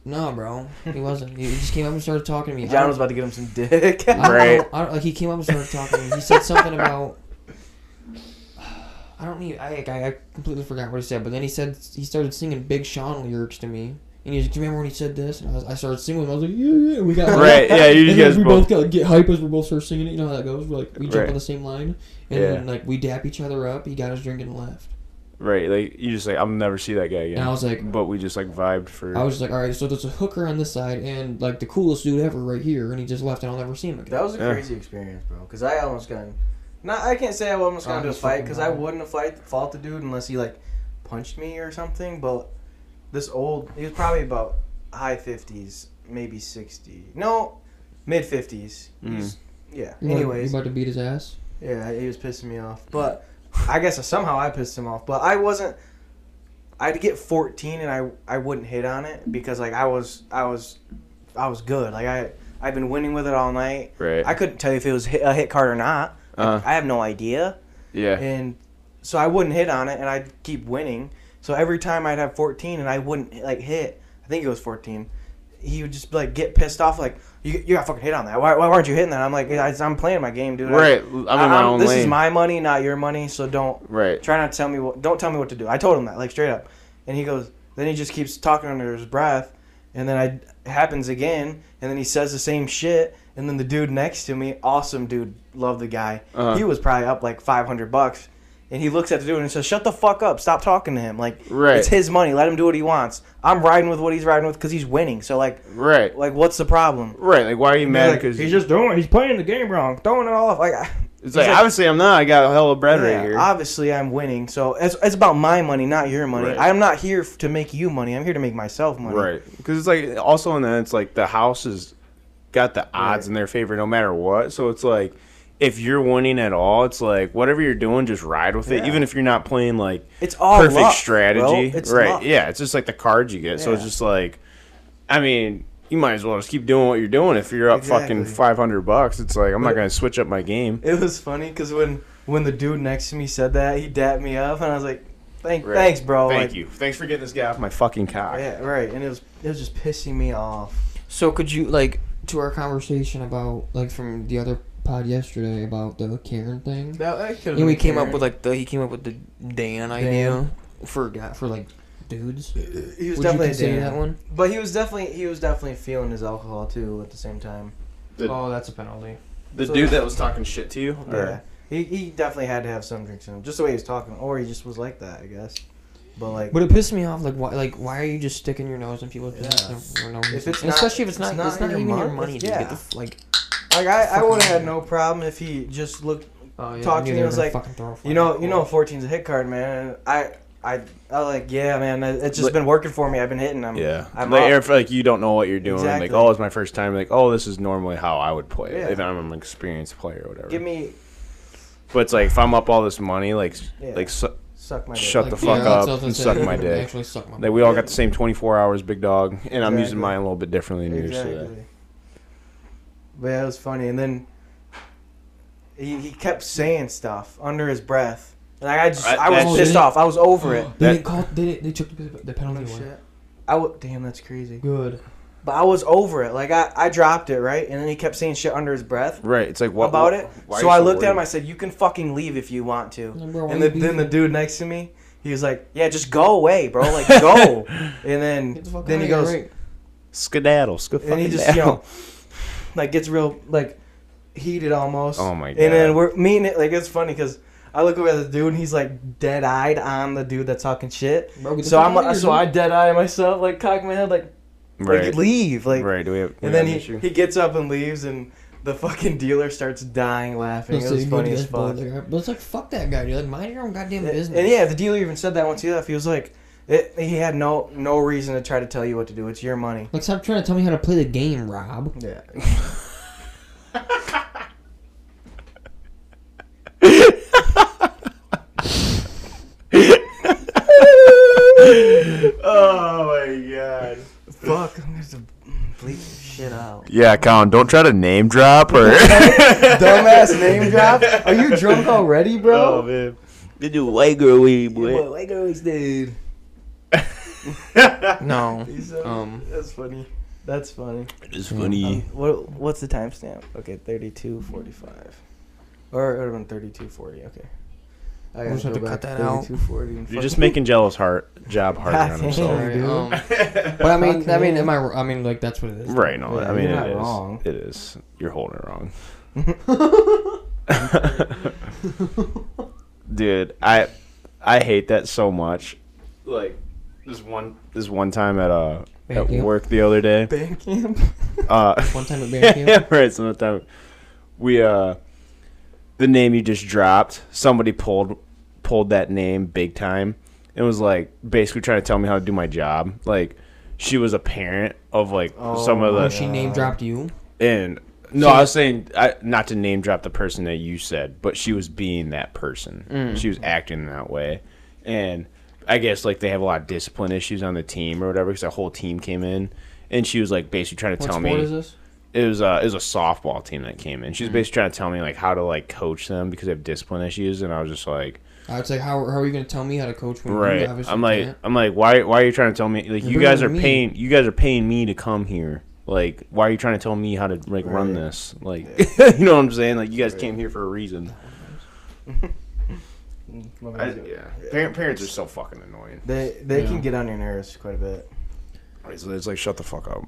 no, bro, he wasn't. He just came up and started talking to me. I John don't- was about to give him some dick. I don't, Right. know- I don't, like he came up and started talking. to me. He said something about. I don't need. I, like, I I completely forgot what he said. But then he said he started singing Big Sean lyrics to me. And he was like, "Do you remember when he said this?" And I, was, I started singing. with him. I was like, "Yeah, yeah." And we got Right. Yeah. You and then guys we both. both, got get hype as we both start singing it. You know how that goes. We're like we jump Right. on the same line, and Yeah. then like we dap each other up. He got his drink and left. Right. Like you just like I'll never see that guy again. And I was like, but we just like vibed for. I was just like, all right, so there's a hooker on this side, and like the coolest dude ever right here, and he just left, and I'll never see him again. That was a Yeah. crazy experience, bro. Because I almost got, not I can't say I almost got Oh, into a he's fight fucking because I wild. wouldn't have fight fought the dude unless he like punched me or something. But this old, he was probably about high fifties, maybe sixty, no, mid fifties. Mm. Yeah. You about- Anyways, you about to beat his ass? yeah, he was pissing me off, but I guess uh, somehow I pissed him off. But I wasn't. I'd get fourteen and I I wouldn't hit on it because like I was I was I was good. Like I I've been winning with it all night. Right. I couldn't tell you if it was hit, a hit card or not. Uh-huh. I have no idea. yeah. And so I wouldn't hit on it, and I'd keep winning. So every time I'd have 14, and I wouldn't like hit. I think it was 14. He would just like get pissed off, like you, you got fucking hit on that. Why, why weren't you hitting that? I'm like, I, I'm playing my game, dude. I- Right. I'm in I- my I'm- own this lane. is my money, not your money. So don't right. try not to tell me what. Don't tell me what to do. I told him that like straight up, and he goes. Then he just keeps talking under his breath, and then I it happens again, and then he says the same shit, And then the dude next to me, awesome dude, love the guy. Uh-huh. He was probably up like 500 bucks. And he looks at the dude and says, "Shut the fuck up! Stop talking to him. Like Right. it's his money. Let him do what he wants. I'm riding with what he's riding with because he's winning. So like, Right. like what's the problem? Right. Like, why are you mad? Like, Because he's just doing. He's playing the game wrong, throwing it off. Like, I- it's like, he's like- obviously I'm not. I got a hell of bread yeah, right here. obviously I'm winning. So it's, it's about my money, not your money. Right. I'm not here f- to make you money. I'm here to make myself money. Right. Because it's like also in that it's like the house has got the odds in their favor no matter what. So it's like if you're winning at all, it's like whatever you're doing, just ride with it. Yeah. Oh, Even if you're not playing like It's all perfect luck, strategy, bro. It's right? luck. Yeah, it's just like the cards you get. So it's Yeah. just like, I mean. You might as well just keep doing what you're doing. If you're up fucking Exactly. 500 bucks, it's like, I'm not But- going to switch up my game. It was funny because when when the dude next to me said that, he dapped me up, and I was like, "Thank, Right. thanks, bro." Thank Like, you. Thanks for getting this guy off my fucking cock. Yeah, right. And it was it was just pissing me off. So could you like to our conversation about like from the other pod yesterday about the Karen thing. That, that could and we came up with like the he came up with the Dan idea for guy for like dudes. he was Would you definitely a consider Dan. that one? but he was definitely he was definitely feeling his alcohol too at the same time. The- oh, that's a penalty. The So- dude that was talking shit to you? Yeah, or- he he definitely had to have some drinks in him, just the way he was talking, or he just was like that, I guess. But like, But it pissed me off. Like why? Like why are you just sticking your nose in people's Yeah. business for no reason? If it's And not- especially if it's it's not, it's not not, your even your money, money. it's- dude. Get yeah. the f- like like I, I Fuck would him. have had no problem if he just looked oh, yeah, Talk to I knew me, they I were was gonna like, fucking throw a You fucking know, you know, ball. 14's a hit card, man. I, I, I like, yeah, man. It's just Like- been working for me. I've been hitting them. Yeah, I'm like up. if like you don't know what you're doing, Exactly. like oh, it's my first time. Like oh, this is normally how I would play Yeah. it if I'm an experienced player or whatever. Give me, but it's like if I'm up all this money, like s- Yeah. like su- suck my. dick. shut the fuck that's what I was up gonna and say. suck my dick. Actually, suck my. Like we all got the same 24 hours, big dog, and I'm using Exactly. mine a little bit differently than yours. So Exactly. But yeah, it was funny, and then he, he kept saying stuff under his breath, and I, I just I- I, was that's- pissed off. I was over it. They That- didn't call. They, didn't- they took the, the penalty away. Oh. I w- damn, that's crazy. Good. But I was over it. Like I, I dropped it right, and then he kept saying shit under his breath right, it's like what about it. why are so you I looked worried? at him. I said, "You can fucking leave if you want to." Like, bro, why And you the, then beefing? the dude next to me, he was like, "Yeah, just go away, bro. Like go." and then Get the fuck then outta he here, goes, right? skedaddle, skedaddle. and he just you know, like gets real like heated almost. Oh my And then God. we're me and it like it's funny because I look over at the dude and he's like dead eyed on the dude that's talking shit. Bro, get the So fuck I'm outta like, here, so dude. I dead eye myself, like cock my head, like, like, right, leave, like. right. Do we have? And then he he gets up and leaves and. The fucking dealer starts dying laughing. It Let's was say, funny dude, as that's bold. fuck. Like, But it's like fuck that guy, dude. Like mind your own goddamn And- business. And yeah, the dealer even said that once he left. He was like, it, he had no no reason to try to tell you what to do. It's your money. Like stop trying to tell me how to play the game, Rob. Yeah. oh my god. Fuck, I'm gonna have to bleep this shit out. Yeah, Colin, don't try to name drop or. Dumbass name drop. Are you drunk already, Oh bro? man. They do white girl weed, Boy, like always, dude. no. He's, uh, Um. That's funny. That's funny. It's Um, what what's the timestamp? Okay, thirty-two forty-five, or it would have been thirty-two forty. Okay. I We'll just have to cut that out. Thirty-two forty. You're just making Jello's heart job harder on God damn. himself. Sorry, dude. um, but I mean, Fuck I mean, me. am I? I mean, like that's what it is. Right, no, Yeah, I mean you're it not is. wrong. It is. You're holding it wrong. Dude, I I hate that so much. Like this one this one time at uh at Thank you. work the other day. Bank camp. Uh One time at yeah, Bandcamp. yeah, right. So time we uh, the name you just dropped, somebody pulled pulled that name big time, and was like basically trying to tell me how to do my job. Like she was a parent of like uh, some of Oh, the When she name dropped you. and no, I was saying I, not to name drop the person that you said, but she was being that person. She was acting that way, and I guess like they have a lot of discipline issues on the team or whatever because the whole team came in. And she was like basically trying to What tell sport me is this? it was a it was a softball team that came in. She's Mm-hmm. basically trying to tell me like how to like coach them because they have discipline issues, and I was just like, I would say, how, how are you going to tell me how to coach when Mm-hmm. you right. obviously I'm like can't? I'm like why why are you trying to tell me like you bringing guys are me. paying you guys are paying me to come here. Like why are you trying to tell me how to like run Right. this? Like you know what I'm saying? Like you guys came here for a reason. Mm, yeah. Parent, parents are so fucking annoying. They they Yeah. can get on your nerves quite a bit. It's, it's like shut the fuck up.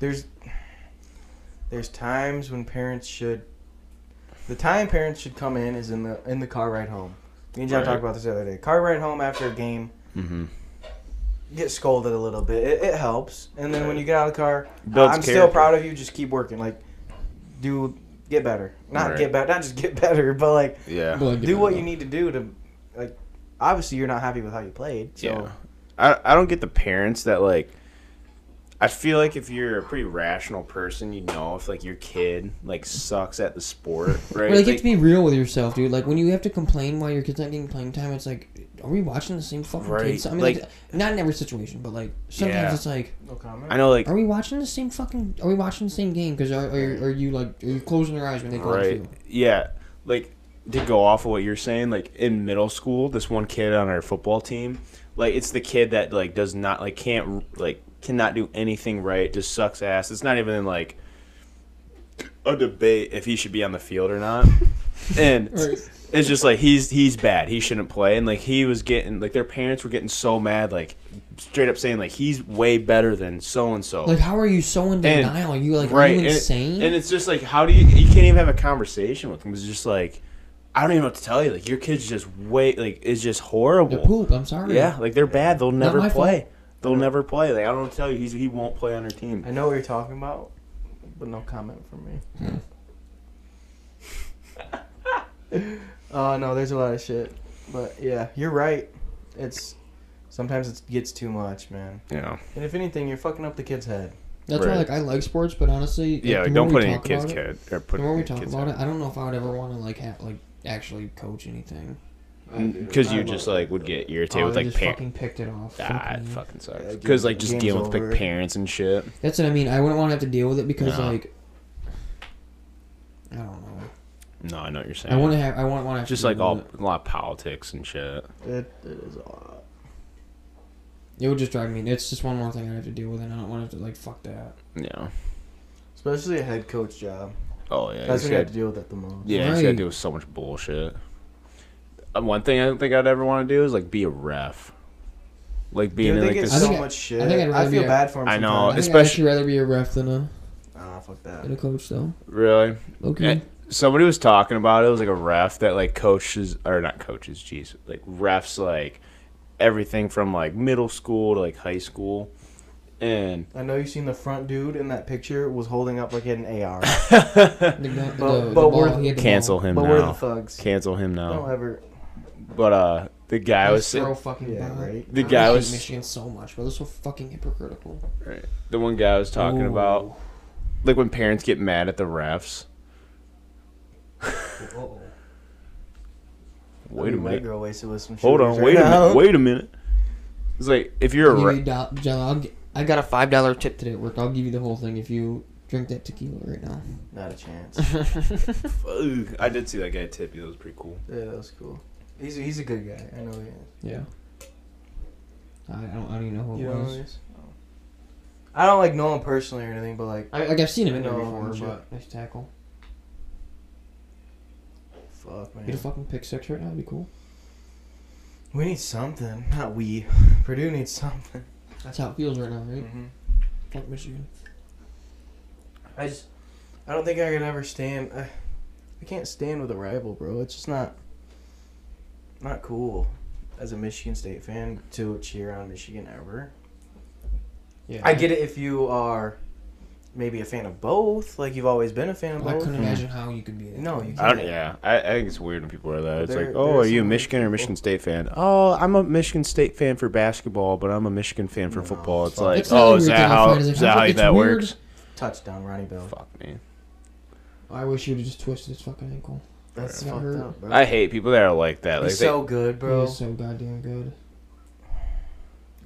There's there's times when parents should. The time parents should come in is in the in the car ride home. Me and John Right. talked about this the other day. Car ride home after a game, Mm-hmm. get scolded a little bit. It, it helps. And then when you get out of the car, Builds I'm still character. proud of you. Just keep working. Like, do get better. Not Right. get better. Not just get better, but like Yeah. But, like, do what you need to do to like obviously you're not happy with how you played so Yeah. I, I don't get the parents that like I feel like if you're a pretty rational person, you know if like your kid like sucks at the sport, right? But like, you have Like, to be real with yourself, dude. Like when you have to complain why your kid's not getting playing time, it's like, are we watching the same fucking Right, kids? I mean, like- like, not in every situation, but like sometimes Yeah. it's like, no comment I know like are we watching the same fucking? Are we watching the same game? Because are, are, are you like are you closing your eyes when they go right. right. Yeah. Like to go off of what you're saying, like in middle school, this one kid on our football team, like it's the kid that like does not like can't like cannot do anything right, just sucks ass. It's not even like a debate if he should be on the field or not. and it's just like he's he's bad. He shouldn't play. And like he was getting like their parents were getting so mad, like straight up saying like he's way better than so and so Like how are you so in And- denial? Are you like are right you and- insane? And, it's just like how do you you can't even have a conversation with them it's just like i don't even know what to tell you like your kids just wait like it's just They're horrible poop. I'm sorry. yeah like they're bad they'll never my play they'll never play like i don't know what to tell you He's, he won't play on our team i know what you're talking about but no comment from me Hmm. oh no there's a lot of shit but yeah you're right it's sometimes it gets too much man yeah and if anything you're fucking up the kid's head That's why Right. like I like sports, but honestly, the yeah like, more don't we put any talk kids about it- kid or put the more we any talk kids about it, I don't know if I would ever want to like have like actually coach anything. because you just like would get irritated Oh, with they like just parents fucking picked it off. Ah, Fucking it yeah. fucking Yeah, sucks. game- Because like just game's dealing with over. like parents and shit. That's what I mean. I wouldn't want to have to deal with it because No. like I don't know. No, I know what you're saying. I want to have. I want. Want to have to just deal like with all It. a lot of politics and shit. it, it is a lot It would just drive me. It's just one more thing I have to deal with, and I don't want to have to like fuck Uh, that. Yeah. especially a head coach job Oh that's yeah. what you you said- have to deal with at the most Yeah, you gotta Right. do so much bullshit. Uh, One thing I don't think I'd ever want to do is like be a ref, like being Dude, in they like get this. I so think I- much shit. I think I'd I rather feel be a- bad for him. I know, I Oh, think Sometimes. it's- I'd actually especially- rather be a ref than a Ah, fuck that. than a coach though. really, Okay. Eh, somebody was talking about it. It was like a ref that like coaches or not coaches, jeez, like refs like everything from like middle school to like high school, and I know you seen the front dude in that picture was holding up like he had an AR. The gu- the- but the we're- ball, he had the cancel him but we're the now. thugs. Cancel him Don't now. ever. But uh, the guy Ball. was Throw sit- fucking Yeah, ball. right. the I guy hate was Michigan so much, but they're so fucking hypocritical. Right. The one guy I was talking Ooh. about, like when parents get mad at the refs. Uh-oh. Wait a Your white minute. Girl wasted with some Hold on. shooters Wait right a now. minute. Wait a minute. It's like if you're a Give re- you do- John, I'll g- I got a five dollar tip today at work. I'll give you the whole thing if you drink that tequila right now. Not a chance. Ugh, I did see that guy tip you. That was pretty cool. yeah, that was cool. He's he's a good guy. I know he is. Yeah. I I don't, I don't even know who it You know who was. he is? Oh. I don't like know him personally or anything, but like, I, like I've seen him in there No, before, I'm but nice tackle. fuck Get a man. fucking pick six right now. That'd be cool. We need something. Not we. Purdue needs something. That's how it feels right now, right? hmm Fuck Michigan. I just, I don't think I could ever stand. I, I can't stand with a rival, bro. It's just not, not cool. As a Michigan State fan, to cheer on Michigan ever. Yeah. I get it if you are, maybe a fan of both. Like you've always been a fan of I both. couldn't imagine how you could be. That Mm-hmm. No, you I can't. don't. Yeah, I, I think it's weird when people are that. It's There- like, there are oh, are you a some Michigan or people- Michigan State fan? Oh, I'm a Michigan State fan for basketball, but I'm a Michigan fan for No, football. It's fuck. like, That's not oh, a is weird that thing I how find, is is it- that how it's that weird. works? Touchdown, Ronnie Bell. Fuck me. I wish you would have just twisted his fucking ankle. That's Yeah. fucked Hurt. up, bro. I hate people that are like that. Like, He's they- so good, bro. He's so goddamn good.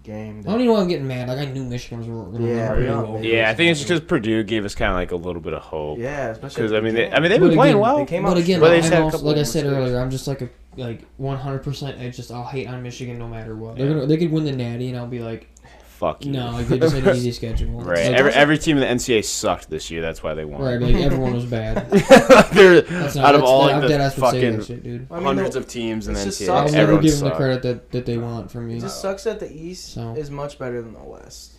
Game. I don't even know why I'm getting mad. Like I knew Michigan was going to Yeah, win. pretty yeah. well. yeah, I think it's just because Purdue gave us kind of like a little bit of hope. yeah, especially Because at I the mean, they, beginning. I mean, they've been But playing again- well. They came But out again, But strong. they I'm just had a also, couple like I of said mistakes. earlier, I'm just like a like 100. percent It's just I'll hate on Michigan no matter what. Yeah. They're gonna, they could win the Natty, and I'll be like, Fuck you. no, like they just had an easy schedule. Right. Like, every every team in the NCAA sucked this year. That's why they won. right. Like everyone was bad. They're That's not, out of that's- all that- like, I'm dead the ass for saying that fucking shit, dude. I mean, hundreds the- of teams in the it just NCAA. sucks. I'll I'll never Everyone give them the sucked. credit that, that they want from me. It just sucks that the East So- is much better than the West.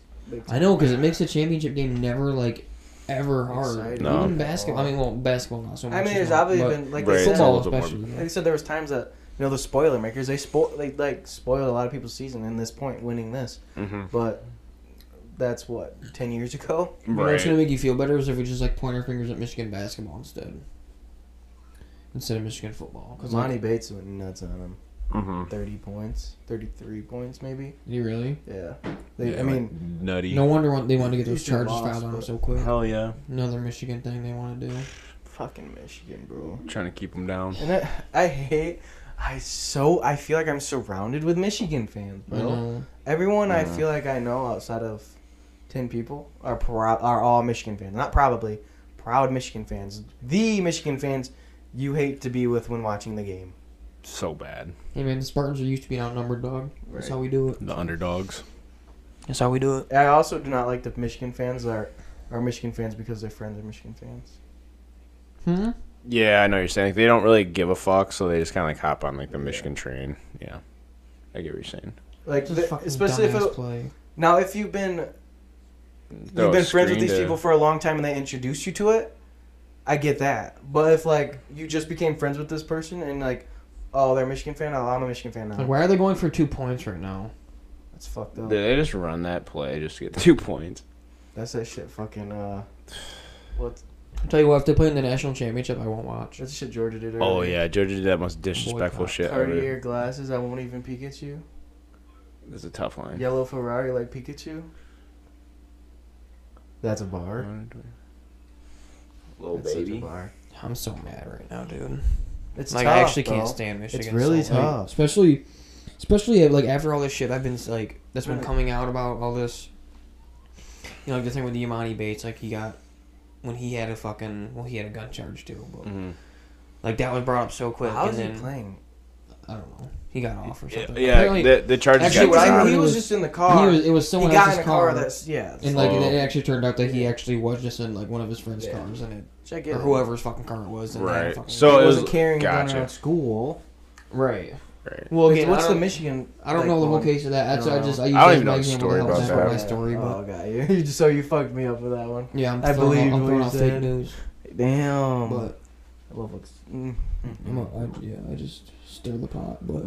I know because it makes the championship game never like ever hard. Exciting. No. Even basketball. I mean, well, basketball not so much. I mean, as there's well, obviously but been like Right, they said, it's a football, little bit more- especially. like they said, there was times that you know the spoiler makers they spoil they like spoiled a lot of people's season in this point winning this, Mm-hmm. but that's what ten years ago. Right. You know what's gonna make you feel better is if we just like point our fingers at Michigan basketball instead, instead of Michigan football. Because Monty Bates went nuts on him. mm-hmm. Thirty points, thirty-three pones maybe. you really? Yeah, they, I mean nutty. No wonder want, they want to get those Houston charges lost, filed on them but- so quick. Hell yeah. Another Michigan thing they want to do. Fucking Michigan, bro. Trying to keep them down. And I, I hate. I so I feel like I'm surrounded with Michigan fans, I bro. know. Everyone I Mhm. feel like I know outside of ten people are pro- are all Michigan fans. Not probably proud Michigan fans. The Michigan fans you hate to be with when watching the game. So bad. Hey man, the Spartans are used to being outnumbered, dog. That's how we do it. The underdogs. That's how we do it. I also do not like the Michigan fans that are are Michigan fans because their friends are Michigan fans. Hmm. Yeah, I know what you're saying. Like, they don't really give a fuck, so they just kind of like hop on like the Michigan train. Yeah, I get what you're saying. Like This is the, fucking especially if dumbass it, play. now if you've been Throw you've a been friends with screen these to- people for a long time and they introduce you to it, I get that. But if like you just became friends with this person and like, oh they're a Michigan fan, oh I'm a Michigan fan Like, now. why are they going for two points right now? That's fucked up. They just run that play just to get two points. That's that shit fucking uh what I'll tell you what, if they play in the national championship, I won't watch. that's the shit Georgia did earlier. Oh yeah, Georgia did that most disrespectful Boycott. shit Cartier ever. glasses, I won't even peek at you. That's a tough line. Yellow Ferrari like Pikachu. That's a bar. Little That's such a bar. I'm so mad right now, dude. It's like tough, I actually can't bro. stand Michigan. really like, tough. especially, especially uh, like after all this shit I've been like that's been Right. coming out about all this. You know, like the thing with the Imani Bates, like he got when he had a fucking well, he had a gun charge too, but hmm like that was brought up so quick. Mm. How and is he then, playing? I don't know. He got off or Yeah, something. yeah the, the Chargers Actually, got what I stopped. heard- he he was was- just in the car. he was it was he someone got else's in a car. car, that's yeah. and like Oh. it actually turned out that he actually was just in like one of his friend's Yeah. cars, and check it it. or whoever's fucking car it was. And they had a Right. fucking- So He it wasn't was- carrying a gun gotcha. around school. right. Right. Well, again, what's I the don't, Mission? I don't like, know the whole one? case of that. That's I I don't just know. I, use I don't that even know as the an example story to help about back up that. My story, but Oh, got you. You just- so you fucked me up with that one. Yeah, I'm I throwing, believed I'm what throwing you out said. Um, fake news, Damn. but I love looks. Mm. Mm-hmm. I'm a, I, yeah, I just stir the pot. But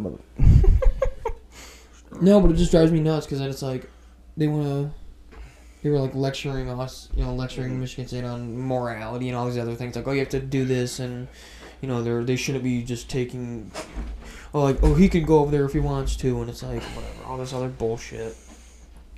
no, but it just drives me nuts because it's like they want to. They were like lecturing us, you know, lecturing Michigan State on morality and all these other things. Like, oh, you have to do this, and you know, they they shouldn't be just taking. Oh, like oh, he can go over there if he wants to, and it's like whatever, all this other bullshit.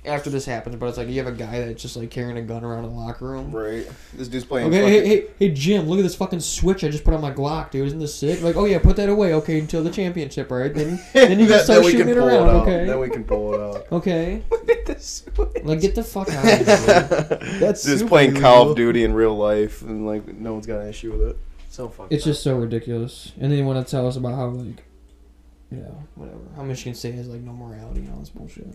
After this happens, but it's like you have a guy that's just like carrying a gun around in the locker room. Right. This dude's playing. Okay, fucking- hey, hey, hey, Jim, look at this fucking switch I just put on my Glock, dude. Isn't this sick? Like, oh yeah, put that away, okay, until the championship, all right? Then, then you can start shooting it around, out. okay? Then we can pull it out. okay. Like, get the fuck out of here. dude. That's Just super playing Call illegal. of Duty in real life, and like no one's got an issue with it. So fucked. It's up. just so ridiculous. And then you want to tell us about how, like, yeah, whatever. How Michigan State has like no morality and all this bullshit.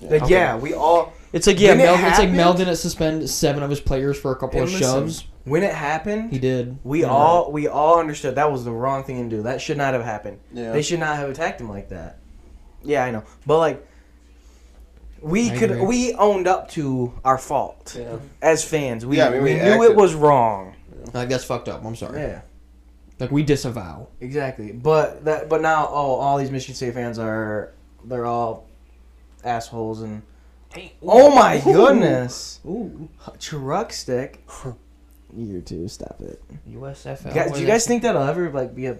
like Okay. yeah. We all It's like yeah, When it Mel, it's like Mel happened- didn't suspend seven of his players for a couple And of listen, shoves. when it happened. He did. We Yeah. all we all understood that was the wrong thing to do. That should not have happened. Yeah. They should not have attacked him like that. Yeah, I know. But like we I could agree. we owned up to our fault Yeah. as fans. We, Yeah, I mean, we, we knew it acted. was wrong. like that's fucked up. I'm sorry. Yeah, Like we disavow. exactly. But that but now oh all these Michigan State fans are they're all assholes and oh my goodness Ooh. truck stick. You too. Stop it. USFL. Guys, do you guys think that'll ever like be a?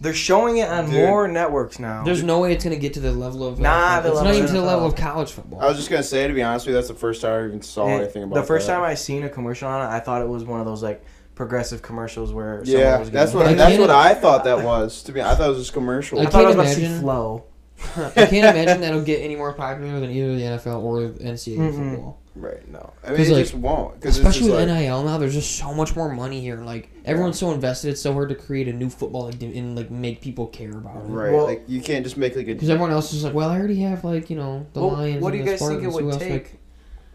They're showing it on Dude. more networks now. There's no way it's gonna get to the level of uh, Nah, the it's level not of even to the NFL. level of college football. I was just gonna say, to be honest with you, that's the first time I even saw It- anything about. the first that. time I seen a commercial on it, I thought it was one of those like progressive commercials where someone Yeah, was that's gonna- what Like, that's you what know- I thought that was. To be, I thought it was just commercial. I Like- thought I was about to see imagine- flow. I can't imagine that'll get any more popular than either the NFL or the NCAA Mm-mm. football. right? No, I mean 'Cause, it like, just won't. Because Especially with like, NIL now, there's just so much more money here. Like everyone's so invested, it's so hard to create a new football and, do- and like make people care about it. Right, Well- like you can't just make like a. Because everyone else is like, well, I already have like you know the Well, Lions. what do you and guys the think it Spartans. Who would else, take like-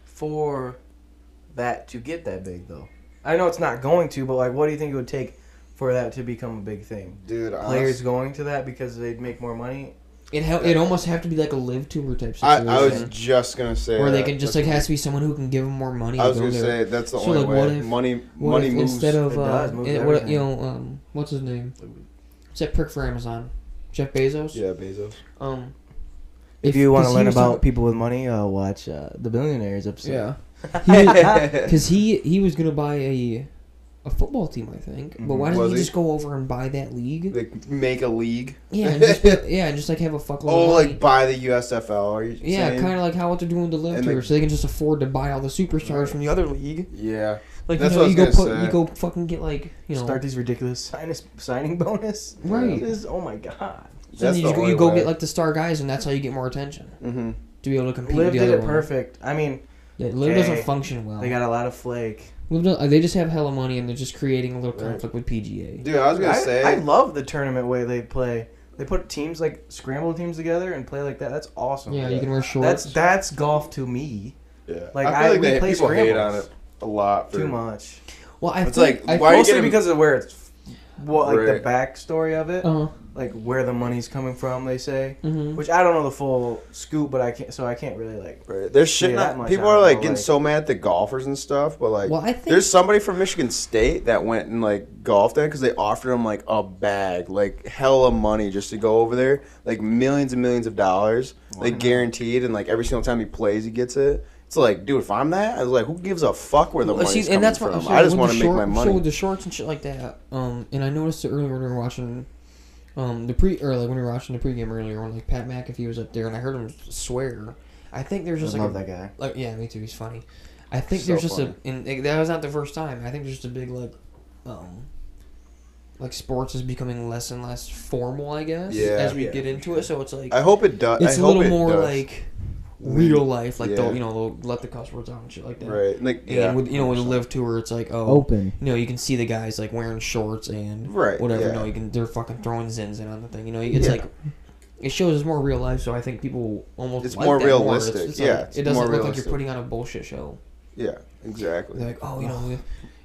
for that to get that big though? I know it's not going to, but like, what do you think it would take for that to become a big thing? Dude, Players honest, going to that because they'd make more money. It ha- it almost have to be like a live tour type I, situation. I was just gonna say, or they that. can just That's- like has to be someone who can give them more money. I to was go gonna there. say that's the So, only like, way. what if- money, What money if moves. instead of It uh, does, moves it- what, everything. you know um, what's his name? What's that prick for Amazon? Jeff Bezos. yeah, Bezos. Um, If you want to 'cause he learn was about talking- people with money, uh, watch uh, the Billionaires episode. yeah, because he he was gonna buy a a football team, I think. But why Mhm. didn't Was he, he? just go over and buy that league? They make a league. Yeah, and just, yeah, and just like have a fuckload. Oh, of money. like buy the USFL. Are you yeah, saying? kind of like how what they're doing to live And tour, they- so they can just afford to buy all the superstars from the other league. Yeah, Like That's you know, what you I was go gonna put, say. you go fucking get like you know Start these ridiculous sinus, signing bonus. Right. This- oh my god. So then That's you, the just go, only you go way. get like the star guys, and that's how you get more attention mm-hmm. to be able to compete. Liv with the did other it one. perfect. I mean, Yeah, Liv doesn't Okay. function well. they They, got a lot of flake. they just have hella money, and they're just creating a little Right. conflict with PGA. dude. I was gonna I, say. I love the tournament way they play. They put teams like scramble teams together and play like that. That's awesome. yeah, you can wear shorts. That's that's golf to me. yeah. Like, I feel I- like we they, play people hate on scrambles. it a lot. For, Too much. well, I It's feel like, I, why- are you Mostly getting- because of where it's what like Right. the backstory of it, uh, like where the money's coming from. They say, mhm. which I don't know the full scoop, but I can't. So I can't really like. Right. They're Yeah, shitting. that on, much people I are don't like know, getting like- so mad at the golfers and stuff, but like, Well, I think- there's somebody from Michigan State that went and like golfed there because they offered him like a bag, like hella money just to go over there, like millions and millions of dollars, like guaranteed, and like every single time he plays, he gets it. It's like, dude, if I'm that, I was like, who gives a fuck where the Well, money's see, coming and that's what I'm from? saying. I just with want the to make short- my So with money. the shorts and shit like that, um, and I noticed it earlier when we were watching, um, the pre or like when we were watching the pregame earlier, when like Pat McAfee was up there, and I heard him swear. I think there's just I like love a that guy. Like yeah, me too. He's funny. I think So there's just funny. a and like, that was not the first time. I think there's just a big like, um, like sports is becoming less and less formal. I guess Yeah. as we Yeah. get into it, so it's like I hope it does. it's I a hope little it more does. like real life. Like Yeah. they'll you know they'll let the cuss words out and shit like that. right, like And yeah, with you know with a live tour, it's like oh Open. you know, you can see the guys like wearing shorts and Right, whatever. yeah. No, you can they're fucking throwing zins in on the thing. You know, it's Yeah. like it shows it's more real life. So I think people almost It's like more that It's- realistic, it's yeah, like, it's it doesn't more look like realistic. you're putting on a bullshit show. yeah, exactly. They're like, oh, you know,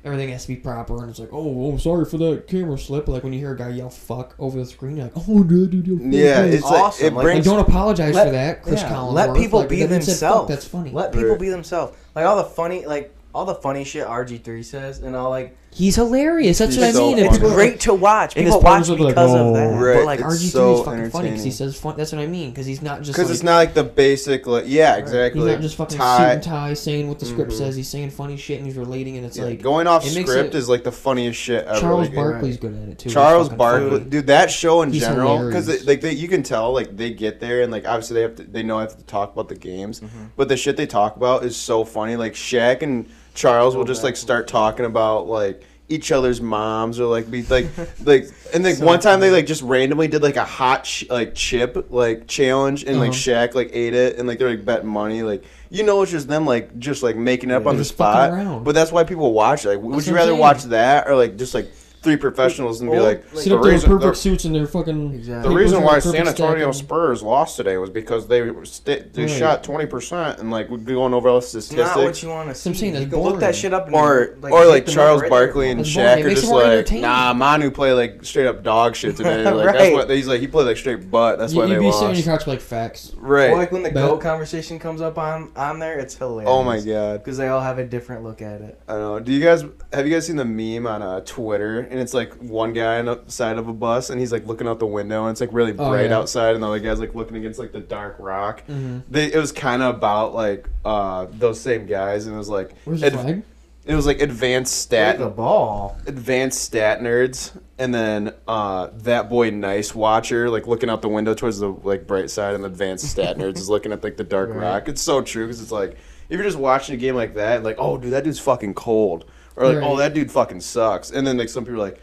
everything has to be proper, and it's like, oh, oh, sorry for that camera slip. Like when you hear a guy yell "fuck" over the screen, you're like, oh, dude, dude, dude, fuck, Yeah, dude." it's awesome, like it like, Like, brings don't apologize Let- for that, Chris yeah, Collins. Let people be themselves. that's funny. Let people Right. be themselves. Like all the funny, like all the funny shit RG three says, and all like He's hilarious. That's He's what I so mean. And funny. it's people are like, great to watch. And his People watch followers will be because like, oh, "Whoa." of that. Right. But like It's RG3 so is fucking funny because he entertaining. says fun. That's what I mean because he's not just because like, it's not like the basic like yeah, exactly. he's not just fucking suit tie- and tie saying what the script Mhm. says. He's saying funny shit and he's relating and it's Yeah, like going off it makes script it- is like the funniest shit ever. Charles like, Barkley's good at it too. He's Charles fucking Barkley, funny. dude, that show in He's general, because hilarious. like they, you can tell, like they get there and like obviously they have to, they know I have to talk about the games, Mm-hmm. but the shit they talk about is so funny. Like Shaq and Charles will just like start talking about like each other's moms or like be like like and like one time they like just randomly did like a hot sh- like chip like challenge and Uh-huh. like Shaq like ate it and like they're like betting money like you know it's just them like just like making it up on the They're just fucking spot around. but that's why people watch it like would That's you what I'm rather saying. watch that or like just like three professionals and be Or, like like, sit the up there in reason- perfect the- suits and they're fucking. Exactly. the papers reason are why perfect San Antonio stack Spurs lost today was because they were sta they Right. shot twenty percent and like we're going over all the It's not what statistics. you want to see. I'm saying that's you can look boring. that shit up. And, Or or take like the number Charles right Barkley there. and It's boring. It Shaq are makes it just more like entertaining. nah, Manu play like straight up dog shit today. Like Right. that's what he's like. He played like straight butt. That's and- why You'd they be sitting on your lost. couch like facts. Or Right. like when the But- goat conversation comes up on on there, it's hilarious. Oh my god. Because they all have a different look at it. I don't know. Do you guys have you guys seen the meme on uh, Twitter? And it's like one guy on the side of a bus, and he's like looking out the window, and it's like really Oh, bright yeah. outside, and the other guy's like looking against like the dark rock. Mm-hmm. they, it was kind of about like uh those same guys and it was like Where's the ad- flag? it was like advanced Take stat the ball. advanced stat nerds and then uh that boy nice watcher like looking out the window towards the like bright side and the advanced stat nerds is looking at like the dark Right. rock it's so true because it's like if you're just watching a game like that like oh dude that dude's fucking cold or like oh Right. that dude fucking sucks and then like some people are like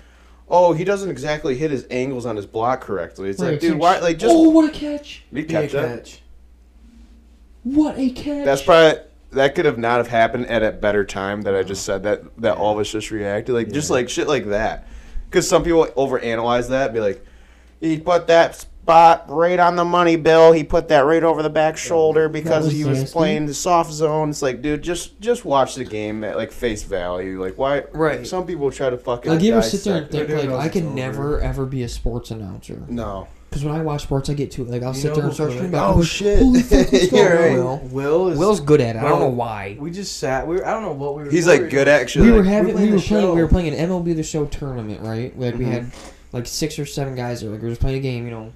oh he doesn't exactly hit his angles on his block correctly it's Right, like dude so- why like just oh, what a catch! we Be a catch that catch. What a catch! That's probably that could have not have happened at a better time that I just said that that all of us just reacted like just like shit like that because some people overanalyze that and be like he put that spot right on the money bill he put that right over the back shoulder because was he was nasty. playing the soft zone it's like dude just just watch the game at like face value like why Right. some people try to fucking Like you ever sit there and dissect it. think Everyone like knows I it's can over. never ever be a sports announcer. no Because when I watch sports, I get to it. Like I'll You sit know there and who's start good? screaming. Oh, shit. Holy fuck, let's go, You're right. Will. Will is. Will's good at it. I don't know Will- why. we just sat. We were, I don't know what we were. He's what like were good doing. at shit. we were like, having we're playing we were the playing we show. were playing an MLB the Show tournament, right? Like we Mhm. had like six or seven guys that like we were just playing a game, you know.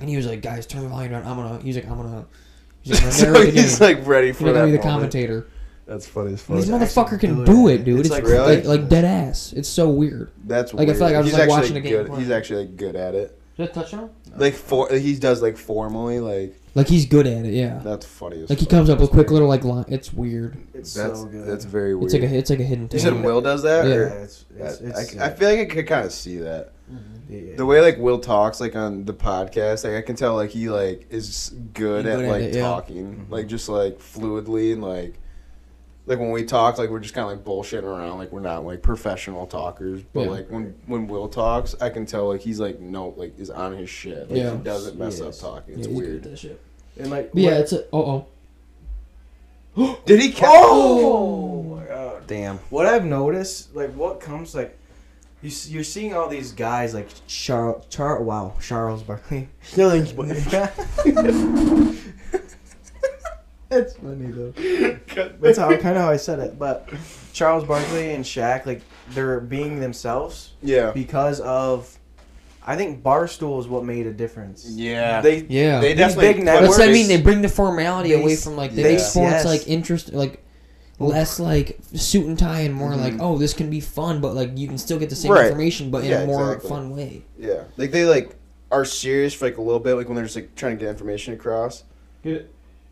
And he was like, "Guys, turn the volume down. I'm gonna." He's like, "I'm gonna." He's like, "I'm so gonna narrate the game. he's like ready He's for like, that. gonna be the moment. commentator." That's funny And as fuck. this He's actually motherfucker can good do at it, it. dude. It's It's, like like, really- like like dead ass. It's so weird. That's Like, I weird. feel like I was, he's like, actually watching a game good. play. He's actually good at it. Did I touch on? Like for he does like formally like Like he's good at it. Yeah. that's funny as Like he fuck. comes up with quick little like line. It's weird. It's That's so good. that's very weird. It's like a it's like a hidden you thing. said Will does that. Yeah. yeah. Or, It's, it's, I- it's, I, I feel like I could kind of see that. yeah. The way like Will talks like on the podcast, like I can tell like he like is good He's at good at like it, yeah. Mm-hmm. talking, like just like fluidly and like like when we talk, like we're just kind of like bullshitting around, like we're not like professional talkers. But Yeah. like when when Will talks, I can tell like he's like no, like is on his shit. Like Yeah. he doesn't mess Yes. up talking. Yeah, It's he's good weird. at that shit. and like But yeah, what- it's a oh oh. Did he? Ca- Oh my God. damn! what I've noticed, like what comes, like you, s- you're seeing all these guys, like Charles, Char, wow, Charles Barkley, Charles Barkley. That's funny though. That's how kind of how I said it, but Charles Barkley and Shaq, like they're being themselves Yeah, because of, I think Barstool is what made a difference. yeah. They Yeah. they These definitely big put networks- That's what I mean. this- They bring the formality away Base- from like the yeah. sports, Yes. like interest, like less like suit and tie, and more like oh, this can be fun, but like you can still get the same Mm-hmm. Right. information, but in Yeah, a more exactly. fun way. Yeah, like they like are serious for like a little bit, like when they're just like trying to get information across. Yeah.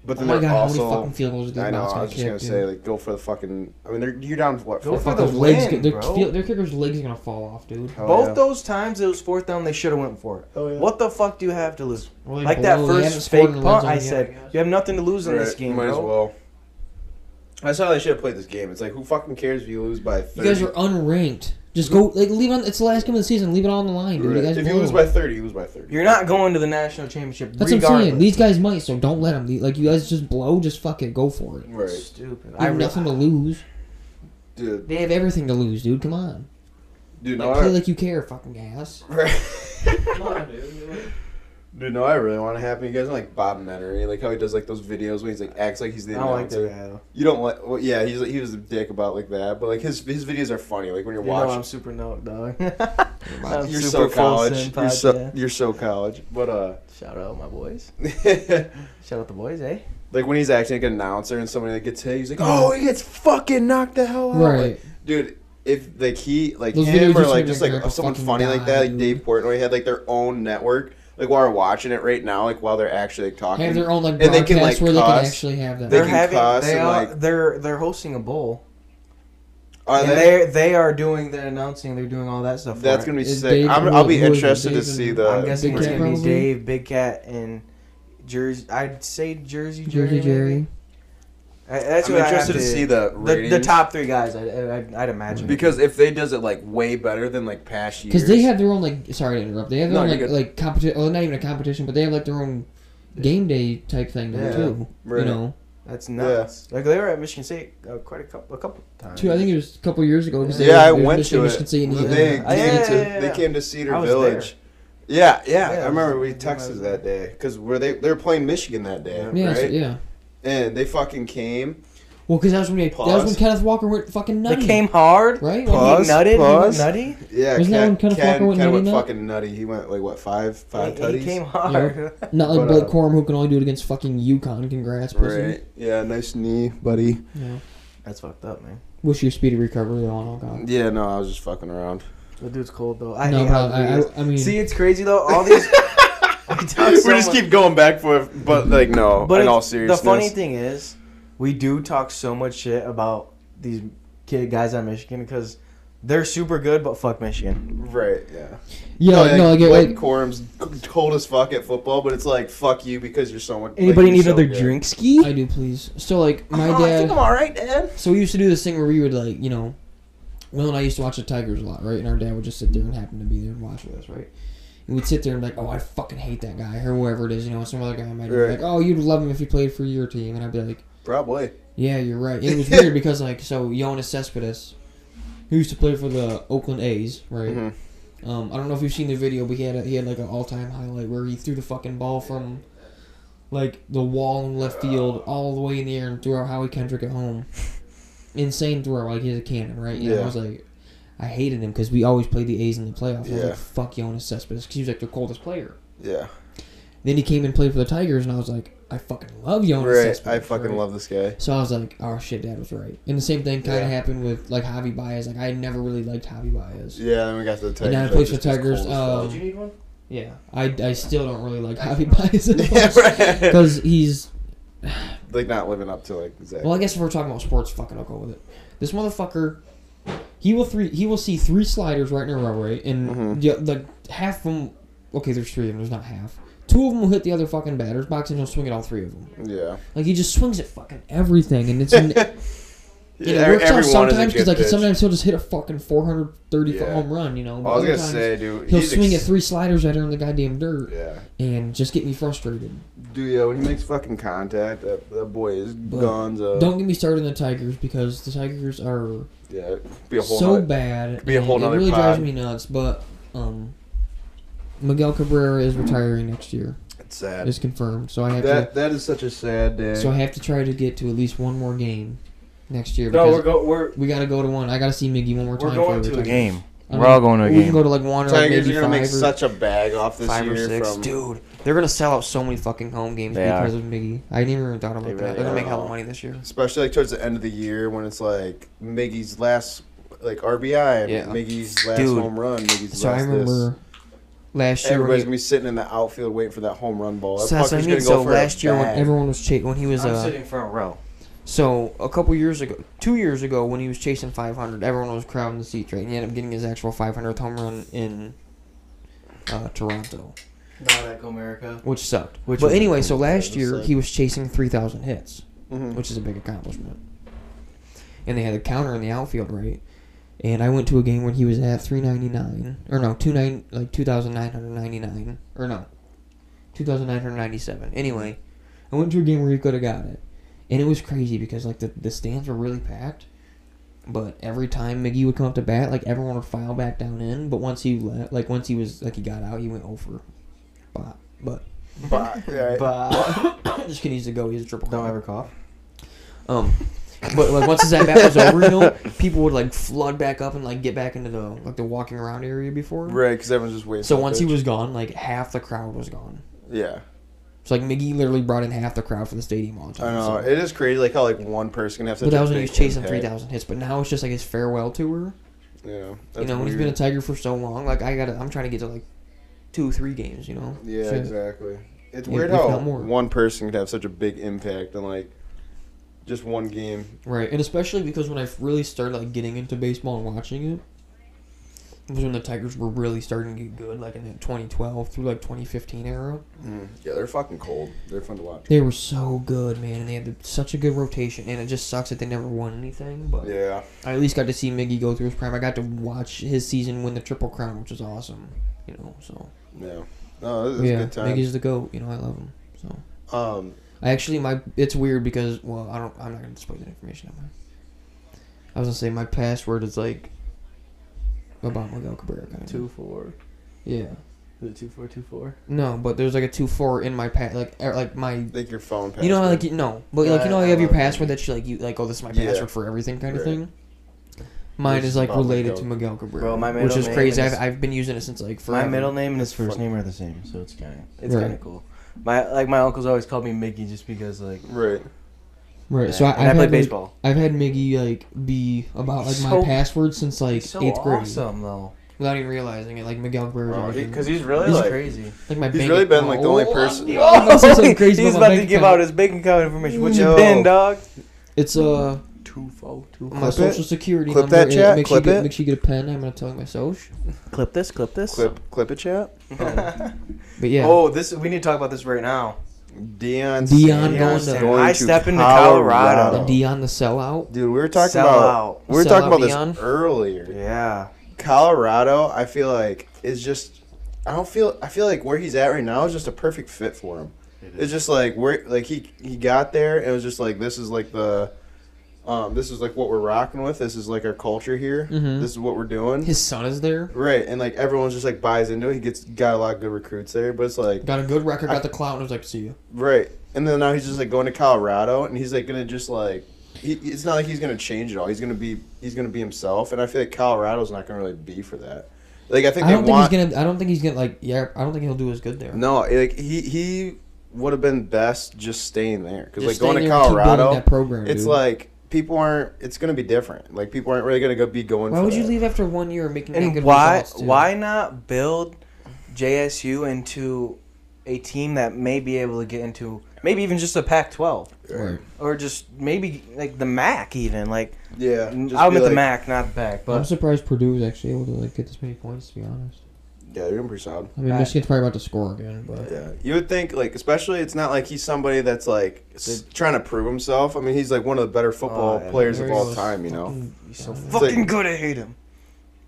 But Oh then my they're god, how also. many fucking field goals did I they know. bounce I gonna was just gonna kick? say Dude? like go for the fucking. I mean, they're, you're down to what? Go for four the fucking- Fuckers' legs, win, get- their, bro. field- their kicker's legs are gonna fall off, dude. Hell both Oh, yeah. those times it was fourth down, they should have went for it. Hell yeah. What the fuck do you have to lose? Or they Like that blow, they haven't first scored fake in the red punt, zone I yet, said, guess. you have nothing to lose in this Right, game, Might bro. as well. That's how they should have played this game. It's like who fucking cares if you lose by You thirty? guys are unranked. Just go, like, leave it on. It's the last game of the season. Leave it on the line, dude. Right. You guys If you blew. lose by thirty, you lose by thirty. You're not going to the national championship. That's what I'm saying. These guys might, so don't let them. Like, you guys just blow. Just fucking go for it. You right, Stupid. have nothing to lose. dude. They have everything to lose, dude. Come on. Dude, no, Like, play I, like you care, fucking ass. dude, no, I really want to happen. You guys are like Bob Menery, like how he does like those videos where he's like acts like he's the I don't like that announcer. guy. though. You don't like? Well, yeah, he's like, he was a dick about like that, but like his his videos are funny. Like when you're You know I'm watching, super note dog. you're, I'm so full college. sin You're pod, so yeah. you're so college. But uh, Shout out my boys. Shout out the boys, eh? like when he's acting like an announcer and somebody like gets hit, he's like, oh, he gets fucking knocked the hell out. Right. Like, dude. If like he like Those videos him or used to like make just me like gurgle someone fucking funny like that, die, like dude. Dave Portnoy had like their own network. Like while we're watching it right now, like while they're actually like talking, Have their own like And broadcast they can, like, where they can cuss. actually have that. They They're can having cuss they and, are like- they're they're hosting a bowl. are and they? they they are doing the announcing, they're doing all that stuff. for That's it. gonna be Is sick. Dave- I'm, I'll be who is it? interested to Dave see and- the. I'm guessing Big it's Cat gonna be probably? Dave, Big Cat, and Jersey. I'd say Jersey Jerry. Jersey maybe. Jerry. I, that's I'm what I have interested to see the the, ratings. the top three guys. I'd, I'd, I'd imagine Because if they does it like way better than like past years, Because they have their own like sorry to interrupt. They have No, their own you're like like good. competition. Oh, not even a competition, but they have like their own game day type thing now Yeah. too. Right. You know, that's nuts. Like they were at Michigan State uh, quite a couple a couple times. too. I think it was a couple years ago. 'cause they Yeah, were- I they were went Michigan, to Michigan it. State and- They, and- Yeah, came to, yeah, yeah, they yeah. came to Cedar I was Village. Yeah, yeah, Yeah, I I remember was- I we was texted there. that day because were they they were playing Michigan that day, Yeah. yeah, so- right? yeah. And they fucking came. Well, because that was when they, that was Pause. when Kenneth Walker went fucking They nutty. came hard. right. He Pause, nutted. pause. He went nutty. Yeah, Wasn't that Ken, when Kenneth Ken, Walker went Ken nutty went nut? fucking nutty. He went like what five five He, he came tutties, hard. Not like But, Blake uh, Corum, who can only do it against fucking UConn. Congrats, pussy. right? Yeah, nice knee, buddy. Yeah. That's fucked up, man. Wish you a speedy recovery on all God. Yeah, no, I was just fucking around. The dude's cold though. I no, hate but how I, he is. I, I mean, See, it's crazy though. All these. we talk we so just much- keep going back for it, but like no, But in all it's- seriousness, the funny thing is, we do talk so much shit about these kid guys on Michigan because they're super good, but fuck Michigan. right? Yeah. yeah, like, no, like, Blake like Corum's cold as fuck at football, but it's like fuck you because you're someone. Anybody like, need you're so another good. drink ski? I do please. So like my Oh, I dad. think I'm all right, Dad. So we used to do this thing where we would like, you know, Will and I used to watch the Tigers a lot, right? And our dad would just sit there and happen to be there and watch with us, right? And we'd sit there and be like, oh, I fucking hate that guy or whoever it is, you know, some other guy might be Right. like, oh, you'd love him if he played for your team, and I'd be like, Probably. yeah, you're right. It was weird because like, so Jonas Cespedes, who used to play for the Oakland A's, right? Mhm. Um, I don't know if you've seen the video, but he had a, he had like an all time highlight where he threw the fucking ball from like the wall in left field all the way in the air and threw out Howie Kendrick at home. Insane throw, like he's a cannon, right? And Yeah. I was like, I hated him because we always played the A's in the playoffs. I was Yeah. like, fuck Jonas Cespedes because he was like the coldest player. Yeah. Then he came and played for the Tigers, and I was like, I fucking love Jonas Right. Cespedes. I fucking right? love this guy. So I was like, oh shit, dad was right. And the same thing kind Yeah. of happened with like Javi Baez. Like I never really liked Javi Baez. Yeah, then we got to the Tigers. And now I that played for just was Tigers. cold as fuck. Um, Did you need one? Yeah, I, I still don't really like Javi Baez yeah, right. because he's like not living up to like Zach. well. I guess if we're talking about sports, fucking, I'll go with it. This motherfucker, he will three. He will see three sliders right in a row, right? And Mhm. the, the half of them. Okay, there's three of them. There's not half. Two of them will hit the other fucking batter's box, and he'll swing at all three of them. yeah. Like he just swings at fucking everything, and it's. and Yeah, it works everyone out is a sometimes good because like pitch. sometimes he'll just hit a fucking 430 foot Yeah. home run, you know. I was other gonna times say, dude, he'll he's swing ex- at three sliders right on the goddamn dirt Yeah, and just get me frustrated. dude, yeah. When he makes fucking contact, that, that boy is gonzo. Don't get me started on the Tigers because the Tigers are Yeah, be a whole. so nother- bad. be a and whole It nother really pod. drives me nuts. But um, Miguel Cabrera is retiring next year. It's sad. It's confirmed. So I have that that is such a sad day. to. So I have to try to get to at least one more game next year. No, because we're go we're we gotta go to one. I gotta see Miggy one more time. we're going before to a retires. game. I We're mean, all going to a we can game. go to like one or like Tigers maybe are gonna make five or, such a bag off this five year or six. from Dude, they're gonna sell out so many fucking home games They because of Miggy. I didn't even thought about They that. really they're gonna are. make hell of money this year. especially like towards the end of the year when it's like Miggy's last like RBI, and Yeah. Miggy's last Dude. home run, Miggy's So I last this. remember last year when Everybody's he- gonna be sitting in the outfield waiting for that home run ball. That So that's what I fucker's mean. gonna go So for a last year, when bag. everyone was chasing, when he was I'm uh, sitting front row. so a couple years ago, two years ago, when he was chasing 500, everyone was crowding the seats, right? And he ended up getting his actual 500th home run in uh, Toronto, Not Echo America. which sucked. Which but was- anyway, so last was year sick. he was chasing 3,000 hits, Mhm. which is a big accomplishment. And they had a counter in the outfield, right? And I went to a game when he was at 399, or no, two nine like 2,999, or no, 2,997. Anyway, I went to a game where he could have got it, and it was crazy because like the the stands were really packed. But every time Miggy would come up to bat, like everyone would file back down in. But once he left, like once he was like he got out, he went over. But but Bye. Yeah. But just kidding, he's a go. He's a triple. don't crown. ever cough. Um, but like once his at bat was over, you know, people would like flood back up and like get back into the like the walking around area before. Right, because everyone's just waiting. So for once the he pitch. was gone, like half the crowd was gone. yeah, So like Miggy literally brought in half the crowd for the stadium all the time. I know so- it is crazy. Like how like one person can have such But that a was when he big was chasing three impact. thousand hits. But now it's just like his farewell tour. Yeah, you that's know, and he's weird. been a Tiger for so long. Like I got, to I'm trying to get to like two, three games. You know. Yeah, Shit. exactly. It's Yeah, weird if how not more. one person could have such a big impact on like just one game. Right, and especially because when I really started like getting into baseball and watching it, was when the Tigers were really starting to get good, like in that 2012 through like 2015 era. Mm. Yeah, they're fucking cold. They're fun to watch. They were so good, man, and they had the, such a good rotation. And it just sucks that they never won anything. But Yeah, I at least got to see Miggy go through his prime. I got to watch his season win the triple crown, which is awesome. You know, so yeah. No, this is a yeah, good time. Miggy's the goat. You know, I love him. So Um, I actually my it's weird because well I don't I'm not gonna display that information. Am I? I was gonna say my password is like about Miguel Cabrera kind of Two four. Yeah. Is it two four two four? No, but there's like a two four in my pa- like er, like my like your phone. you know how, like password. you, no but Yeah, like you know I- how you I have your love that. password that you like you like oh this is my Yeah. password for everything kind of Right. thing. Mine Which is is like about related Miguel. to Miguel Cabrera, Bro, my which middle is name crazy. is- I've, I've been using it since like forever. My middle name and his first Fuck. name are the same, so it's kind of it's Right. kind of cool. My like my uncles always called me Mickey just because like. Right. right? So I, and I I've play had like, baseball. I've had Miggy like be about like my So- password since like so eighth grade. awesome though. without even realizing it. Like Miguel Cabrera, Wow, like, he- 'cause he's really He's like crazy. like my he's bank really been, account. like, the only Oh, person- I'm about to say something crazy he's my about to bank give account. out his bank account information. What you Yo. been, dog? It's uh Two four two. my Clip social it. security Clip number. that, is- chat. Make Clip sure you it. get, make sure you get a pen. I'm gonna tell you my social. Clip this. Clip this. Clip, clip it, chat. But yeah, uh, Oh, this we need to talk about this right now. Dion. Dion Sanders going to- I step into Colorado. the Dion the sellout. Dude, we were talking Sell about out. we were Sell talking out, about Dion. this earlier. Yeah. Colorado, I feel like is just. I don't feel. I feel like where he's at right now is just a perfect fit for him. It's just like where, like he he got there. and It was just like this is like the um, this is like what we're rocking with. This is like our culture here. Mhm. This is what we're doing. His son is there. Right, and like everyone's just like buys into it. He gets got a lot of good recruits there, but it's like Got a good record. Got the clout. And was like, see you. right, and then now he's just like going to Colorado, and he's like gonna just like he, it's not like he's gonna change it all. He's gonna be he's gonna be himself, and I feel like Colorado's not gonna really be for that. Like I think I they don't think want he's gonna. I don't think he's gonna like. Yeah, I don't think he'll do as good there. no like he he would have been best just staying there because like Just going stay to there and keep building Colorado, that program, it's dude. like people aren't. It's gonna be different. Like people aren't really gonna go be going. Why for would you that. leave after one year of making that And good why results, dude? why not build JSU into a team that may be able to get into maybe even just a Pac-12 Right. or just maybe like the MAC even like Yeah, I'm just at be the like- MAC not the PAC I'm but surprised Purdue was actually able to like get this many points. To be honest, Yeah, you're gonna be pretty solid. I mean I- Michigan's probably about to score again, but Yeah, you would think like, especially it's not like he's somebody that's like s- trying to prove himself. I mean, he's like one of the better football Oh, yeah. players of There he all goes. time. You know, Fucking- he's so It's like- fucking good I hate him.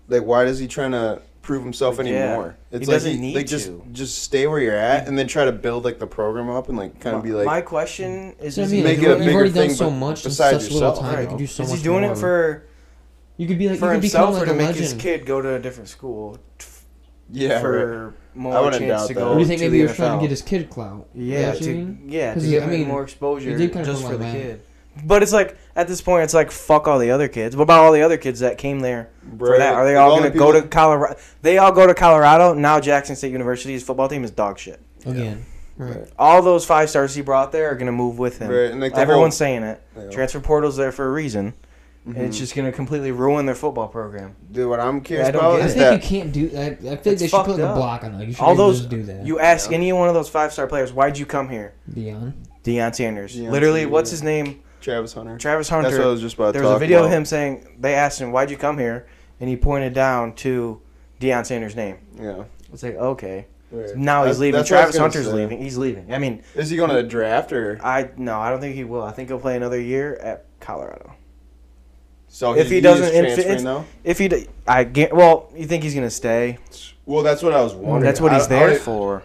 like why does he trying to prove himself Like, yeah. anymore? It's He like doesn't need like just to. just stay where you're at and then try to build like the program up and like kind My, of be like my question is So, I is, mean, he like, make it a doing, you've bigger already done thing, so but much in besides such little yourself, time. You Right. can do so is much he doing more. it for you could be like for you could become himself like or a to make his legend. kid go to a different school t- yeah, right. for I more wouldn't chance doubt to that. go Or do you think to maybe the he was trying NFL. to get his kid clout? Yeah, what you to, mean? yeah, to 'Cause, give I him mean, more exposure it did kinda just come for the like that. kid. But it's like at this point, it's like fuck all the other kids. What about all the other kids that came there for Right. that? Are they Like, all, all gonna the go to people- Colorado? They all go to Colorado now. Jackson State University's football team is dog shit. Again, right? All those five stars he brought there are gonna move with him. Right, and, like, the Everyone's whole- saying it. Yeah. Transfer portal's there for a reason, and it's Mhm. just gonna completely ruin their football program. Dude, what I'm curious I don't about get I it. is think that you can't do that. I think they It's should put fucked like, a up. block on it. You should All those just do that. you ask Yeah. any one of those five star players, why'd you come here? Dion. Deion Sanders. Deion Literally, Sanders. what's his name? Travis Hunter. Travis Hunter. That's what I was just about. to There was a talk video about. of him saying they asked him, "Why'd you come here?" and he pointed down to Deion Sanders' name. Yeah. It's like okay, Right. now he's That's- leaving. that's what I Travis was gonna Hunter's say. leaving. He's leaving. I mean, Is he going to draft or I no, I don't think he will. I think he'll play another year at Colorado. so? If he he is doesn't- if transferring it's- Mm, now? If he, d- I get well. You think he's gonna stay? Well, that's what I was wondering. That's what I- he's I there already- for.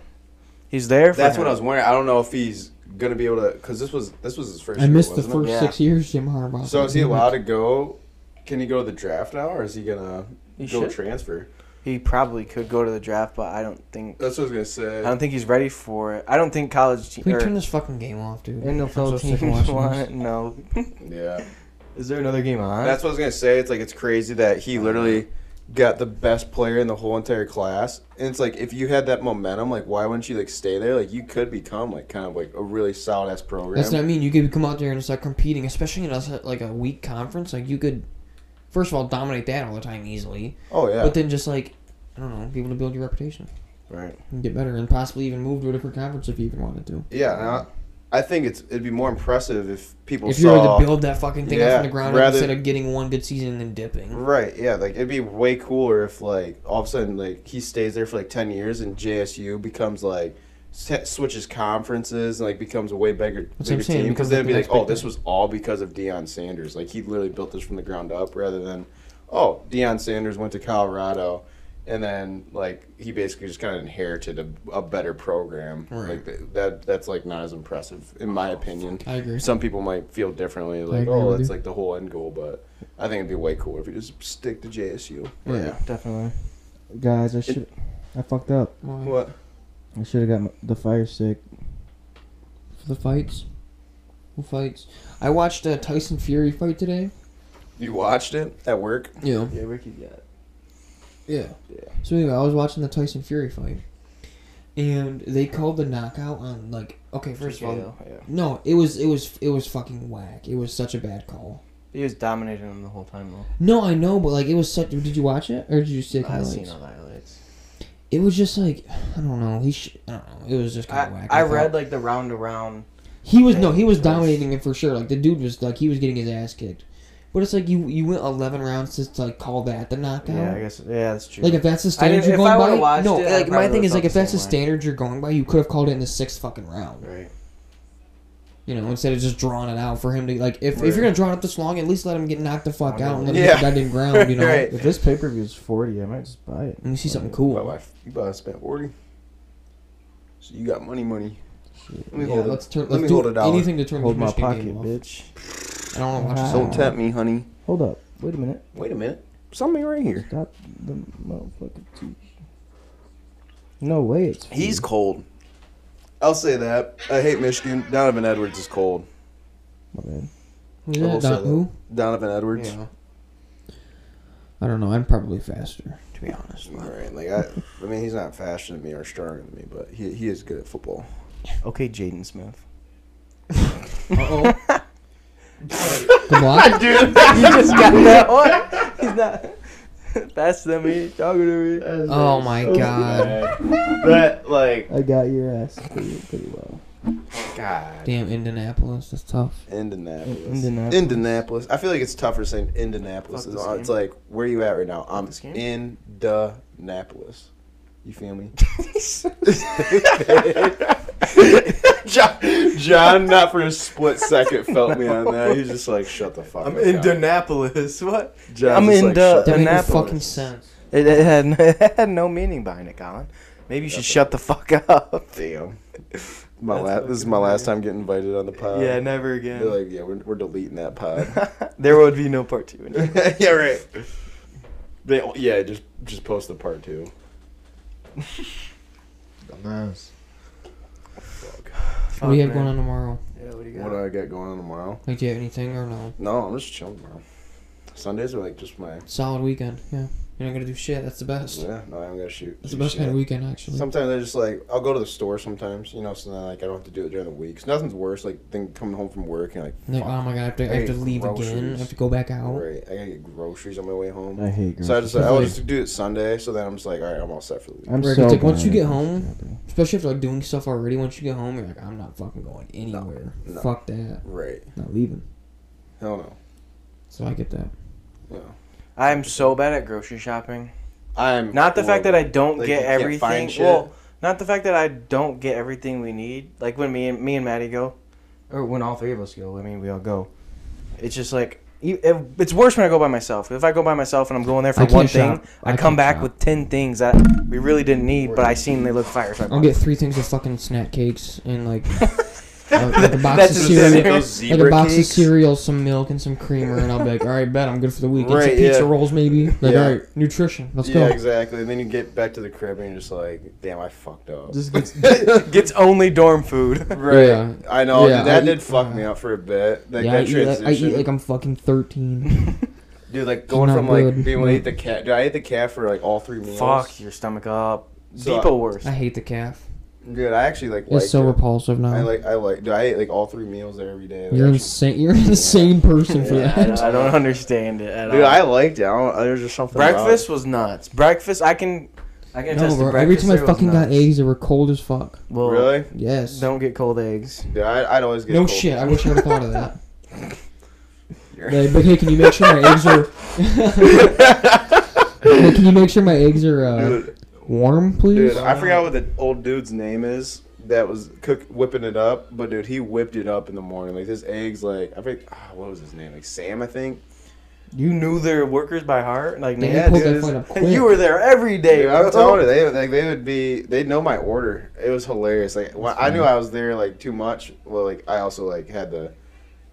He's there. For That's him. what I was wondering. I don't know if he's gonna be able to because this was this was his first. I year, missed the Mm-hmm. wasn't first it? Yeah. six years, Jim Harbaugh. So is he allowed to go? Can he go to the draft now, or is he gonna He go should. transfer? He probably could go to the draft, but I don't think. That's what I was gonna I say. don't think he's ready for it. I don't think college Can team we turn or this fucking game off, dude? I'm so NFL sick of teams watching want this. it. No. yeah, Is there another game on? that's what I was gonna say. It's like it's crazy that he literally got the best player in the whole entire class, and it's like if you had that momentum, like why wouldn't you like stay there? Like you could become like kind of like a really solid ass program. That's what I mean. You could come out there and start competing, especially in a, like a weak conference. Like you could, first of all, dominate that all the time easily, oh yeah, but then just like I don't know, be able to build your reputation right. and get better, and possibly even move to a different conference if you even wanted to. Yeah, and I, I think it's it'd be more impressive if people If you saw were to build that fucking thing up uh, Yeah, from the ground up rather- instead of getting one good season and then dipping. Right, yeah, like it'd be way cooler if like all of a sudden like he stays there for like ten years and JSU becomes like se- switches conferences and like becomes a way bigger That's what I'm bigger saying, team because becomes, then it'd be like, like the oh next big this was all because of Deion Sanders like he literally built this from the ground up rather than oh Deion Sanders went to Colorado and then like he basically just kind of inherited a, a better program Right. like th- that that's like not as impressive in my opinion I agree. some people might feel differently, like, agree oh, with that's you. like the whole end goal, but I think it'd be way cooler if you just stick to JSU. Right. Definitely. Guys, I should. I fucked up. Why? What? I should have got my, the fire stick. For the fights. Who fights? I watched a Tyson Fury fight today. You watched it at work? Yeah. Yeah, Ricky got. Yeah. Yeah. So anyway, I was watching the Tyson Fury fight. And they called the knockout on like okay, first of all yeah. No, it was it was it was fucking whack. It was such a bad call. He was dominating him the whole time though. No, I know, but like it was such. Did you watch it or did you see it? I've highlights? seen all the highlights. It was just like I don't know. He sh- I don't know. It was just kind of I, whack. I thought- read like the round around. He was no, he was Nice. dominating it for sure. Like the dude was like he was getting his ass kicked. But it's like you you went eleven rounds just to like call that the knockout. Yeah, I guess. Yeah, that's true. Like if that's the standard didn't- you're if going I would've by, watched no. it, I like probably my thing would've is like felt if the that's the same way. standard you're going by, you could have called it in the sixth fucking round. right. You know, instead of just drawing it out for him to like if, if Right. you're gonna draw it up this long, at least let him get knocked the fuck out and let him Yeah. get the goddamn ground. You know, Right. If this pay per view is forty, I might just buy it. and you see something My cool. wife, you about to spend 40. So you got money, money. Let Shit. me Yeah, hold it. let's turn. Let Let's me do hold a dollar. anything to turn Hold the my Michigan pocket, game off. bitch. I don't want to watch Wow. this. Don't tempt me, honey. Hold up. Wait a minute. Wait a minute. Something right here. Stop the motherfucking teeth. No way. It's He's cold. I'll say that. I hate Michigan. Donovan Edwards is cold. My bad. Who's I will that? say Don- that. who? Donovan Edwards. Yeah. I don't know. I'm probably faster, to be honest. All right, like I, I mean, he's not faster than me or stronger than me, but he he is good at football. Okay, Jaden Smith. The block? Dude, you just got that one. He's not. That's the me talking to me. Oh my god. that like I got your ass pretty, pretty well. God. Damn, Indianapolis. That's tough. Indianapolis. In- Indianapolis. Indianapolis. I feel like it's tougher saying Indianapolis. Fuck It's, this all- game. it's like where you at right now? I'm this game. in Indianapolis. You feel me? John, John, not for a split second, felt me on that. He's just like, shut the fuck up. John. Indianapolis. What? John's I'm just in like, the- shut That the made no Indianapolis. fucking sense. It, it had it had no meaning behind it, Colin. Maybe you should shut the fuck up. Damn. My That's last, this is fucking my weird. last time getting invited on the pod. yeah, never again. They're like, yeah, we're, we're deleting that pod. there would be no part two. anymore. yeah, right. They yeah, just just post the part two. Nice. What do you have Fuck, man. going on tomorrow? Yeah, what do you What got? do I got going on tomorrow? Like, do you have anything or no? No, I'm just chilling tomorrow. Sundays are like just my Solid weekend. Yeah. You're not gonna do shit. That's the best. yeah. No, I haven't got to shoot. That's do the best shit. kind of weekend, actually. Sometimes I just like I'll go to the store sometimes, you know, so then like I don't have to do it during the week. 'Cause nothing's worse like than coming home from work and like Like, oh my god, I have to, I have to Hey, leave again. I groceries. have to go back out. right, I gotta get groceries on my way home. I hate So I just like, That's I'll like- just do it Sunday. So then I'm just like, all right, I'm all set for the week. I'm Right, so it's like, once bad you at get grocery home- shopping. Especially if like doing stuff already. Once you get home, you're like, I'm not fucking going anywhere. no. Fuck that. Right? Not leaving. Hell no. So I get that. No. I'm so bad at grocery shopping. I'm Not the fact that I don't Like, get you can't everything. find shit. Well, not the fact that I don't get everything we need. Like when me and me and Maddie go, or when all three of us go. I mean, we all go. It's just like you- if- it's worse when I go by myself. If I go by myself and I'm going there for I can't one thing, shop. I, I come can't back shop. with ten things that we really didn't need, but I seen they look fire. So I I'll bought get three things of fucking snack cakes and like, a, like a box That's just of cereal. it. Those Like a box of cereal, some milk, and some creamer, and I'll be like, all right, bet I'm good for the weekend. Right, some pizza yeah. rolls, maybe. Like, Yeah. all right, nutrition. Let's yeah, go. exactly. And then you get back to the crib and you're just like, damn, I fucked up. Just gets gets only dorm food. right. Yeah. I know Yeah, dude, that I did eat- fuck me up for a bit. Like yeah, I that eat, like, transition, I eat like I'm fucking 13. dude. Like going not from like good. being able to eat the cat. Dude, I ate the cat for like all three meals. Fuck your stomach up. So Depot worse. I hate the calf. dude. I actually like. It's liked so it. repulsive now. I like. I like. Dude, I ate like all three meals there every day. Like, you're actually- insane. You're an insane person for Yeah, I, that. don't, I don't understand it at Dude, all. I liked it. I don't, there's just something. about breakfast was nuts. Breakfast, I can, I can No, attest to bro. breakfast. Every time I there was fucking got nuts. eggs, they were cold as fuck. it. Well, really? Yes. Don't get cold eggs. Dude, I, I'd always get. no cold. shit. I wish I would have thought of that. You're- Like, but hey, can you make sure my eggs are? Hey, can you make sure my eggs are uh, Dude, warm, please? dude, I Mm-hmm, forgot what the old dude's name is that was cook whipping it up, but dude, he whipped it up in the morning. Like his eggs, like I think ah, what was his name? Like Sam, I think. You knew their workers by heart, like man. Man, you Yeah, pulled dude, that it's- point up quick. You were there every day. Dude, I'm bro. telling you, they would- like they would be. They know my order. It was hilarious. Like when I knew I was there like too much. Well, like I also like had the.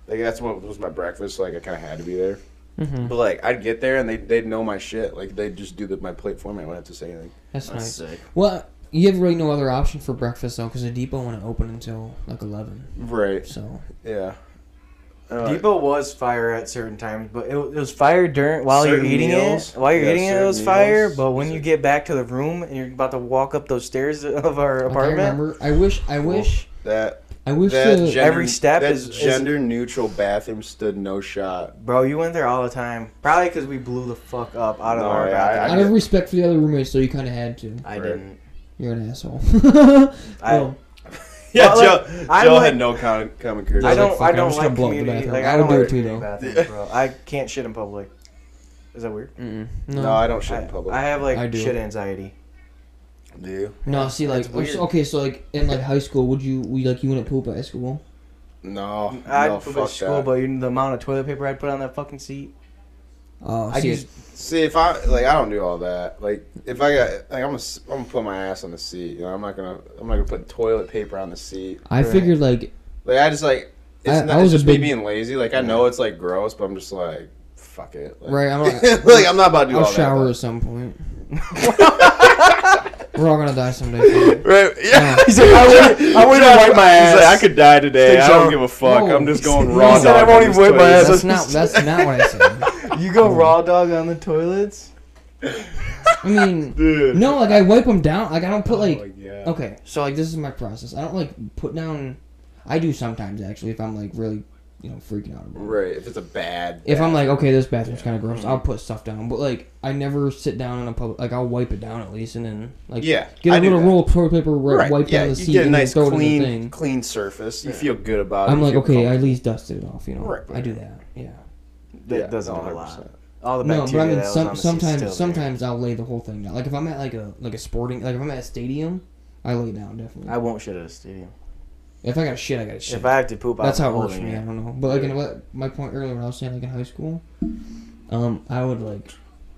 Like that's what was my breakfast. So, like I kind of had to be there. Mm-hmm. Mhm. But like I'd get there and they they'd know my shit. Like they'd just do the, my plate for me. I wouldn't have to say anything. That's That's nice. sick. Well, you have really no other option for breakfast though, because the depot wouldn't open until like eleven. Right. So Yeah. Uh, Depot was fire at certain times, but it, it was fire during while Certain you're eating meals. it. While you're Yeah, eating it, it certain was fire. meals. But when you get back to the room and you're about to walk up those stairs of our like, I apartment, remember. I wish. I wish. that I wish. that the, gender, Every step that is- is- gender neutral bathroom stood no shot. bro, you went there all the time. Probably because we blew the fuck up out of No, our I- bathroom. out of respect for the other roommates, though, you kind of had to. I, didn't. You're an asshole. I, Well, Yeah, Well, like, Joe. I'm Joe like- had no common, common courage. I like, don't. fuck I it, I'm don't just like gonna blow up the community. bathroom. Like I I would don't do like it too, community bathrooms, bro. I can't shit in public. Is that weird? mm-mm. no, no, I don't shit I, in public. I have like I do. shit anxiety. do you? no. See, like, That's weird. okay, so like in like high school, would you, would, you, like, you wouldn't poop at school? No, I'd no, put fuck school, that. but you know, the amount of toilet paper I'd put on that fucking seat. Oh, I see, used See, if I like, I don't do all that. Like, if I got, like, I'm gonna, s- I'm gonna put my ass on the seat. You know, I'm not gonna, I'm not gonna put toilet paper on the seat. I Right. figured like Like, I just like, it's I- not I was a it's just me big- being lazy. Like I know it's like gross, but I'm just like fuck it. Like, Right, I'm not- like I'm not about to do I'll all shower at that. some point. We're all gonna die someday. Phil. Right? Yeah. He's like, I wouldn't, I wouldn't wipe my ass. He's like, I could die today. Take I don't shower. give a fuck. No. I'm just going He raw. said, "I dog won't on this even wipe my place." ass. That's not that's not what I said. You go Mm. raw dog on the toilets? I mean, Dude. Oh no, like I wipe them down. Like I don't put like yeah. Okay, so like this is my process. I don't like put down. I do sometimes actually if I'm like really, you know, freaking out. About it. Right. If it's a bad. If I'm like, okay, this bathroom's kind of gross, I'll put stuff down. But like, I never sit down in a public. Like, I'll wipe it down at least, and then like, Yeah, get a I do little that. roll of toilet paper, ri- Right, wipe yeah, down the you seat, get a and nice then throw it in the clean, thing. clean surface. You feel good about it. I'm You like, feel okay, I comfortable. at least dusted it off. You know, Right, I do that. Yeah. That Yeah, doesn't a lot. 100%. All the No, bacteria but I mean, that was on some, the seat's still sometimes there. sometimes I'll lay the whole thing down. Like if I'm at like a like a sporting, like if I'm at a stadium, I lay down definitely. I won't shit at a stadium. if I got shit, I got shit. If I have to poop, That's I'm how it works for holding me. I it. don't know, but like in what my point earlier, when I was saying like in high school, um, I would like,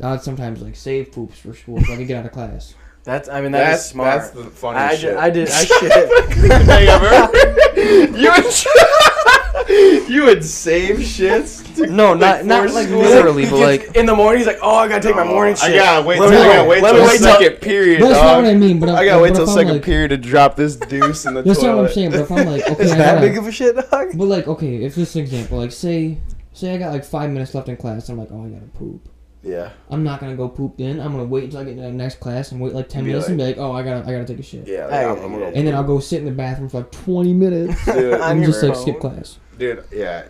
I would sometimes like save poops for school so I could get out of class. That's I mean that That's is smart. That's the funny I, shit. did, I did I shit. thing ever. you would, you would save shits. To, no, not not force like school. literally, He but gets- like in the morning he's like, oh, I gotta take my morning shit. I gotta wait Let till, me I wait- gotta wait let me till the wait till- second period, But that's not dog. what I mean. But I'm, I gotta but wait if till I'm, second like, period to drop this deuce in the That's toilet. not what I'm saying. But if I'm like, okay, Is I that gotta, big of a shit dog? but like, okay, if this example, like, say, say I got like five minutes left in class, I'm like, oh, I gotta poop. Yeah, I'm not gonna go poop then. I'm gonna wait until I get to the next class and wait like ten Be minutes like- and be like, oh, I gotta, I gotta take a shit. yeah. Like, Hey, I'm, I'm gonna And then I'll go sit in the bathroom for like 20 minutes Dude, I'm- On and your just like phone. skip class. dude, yeah.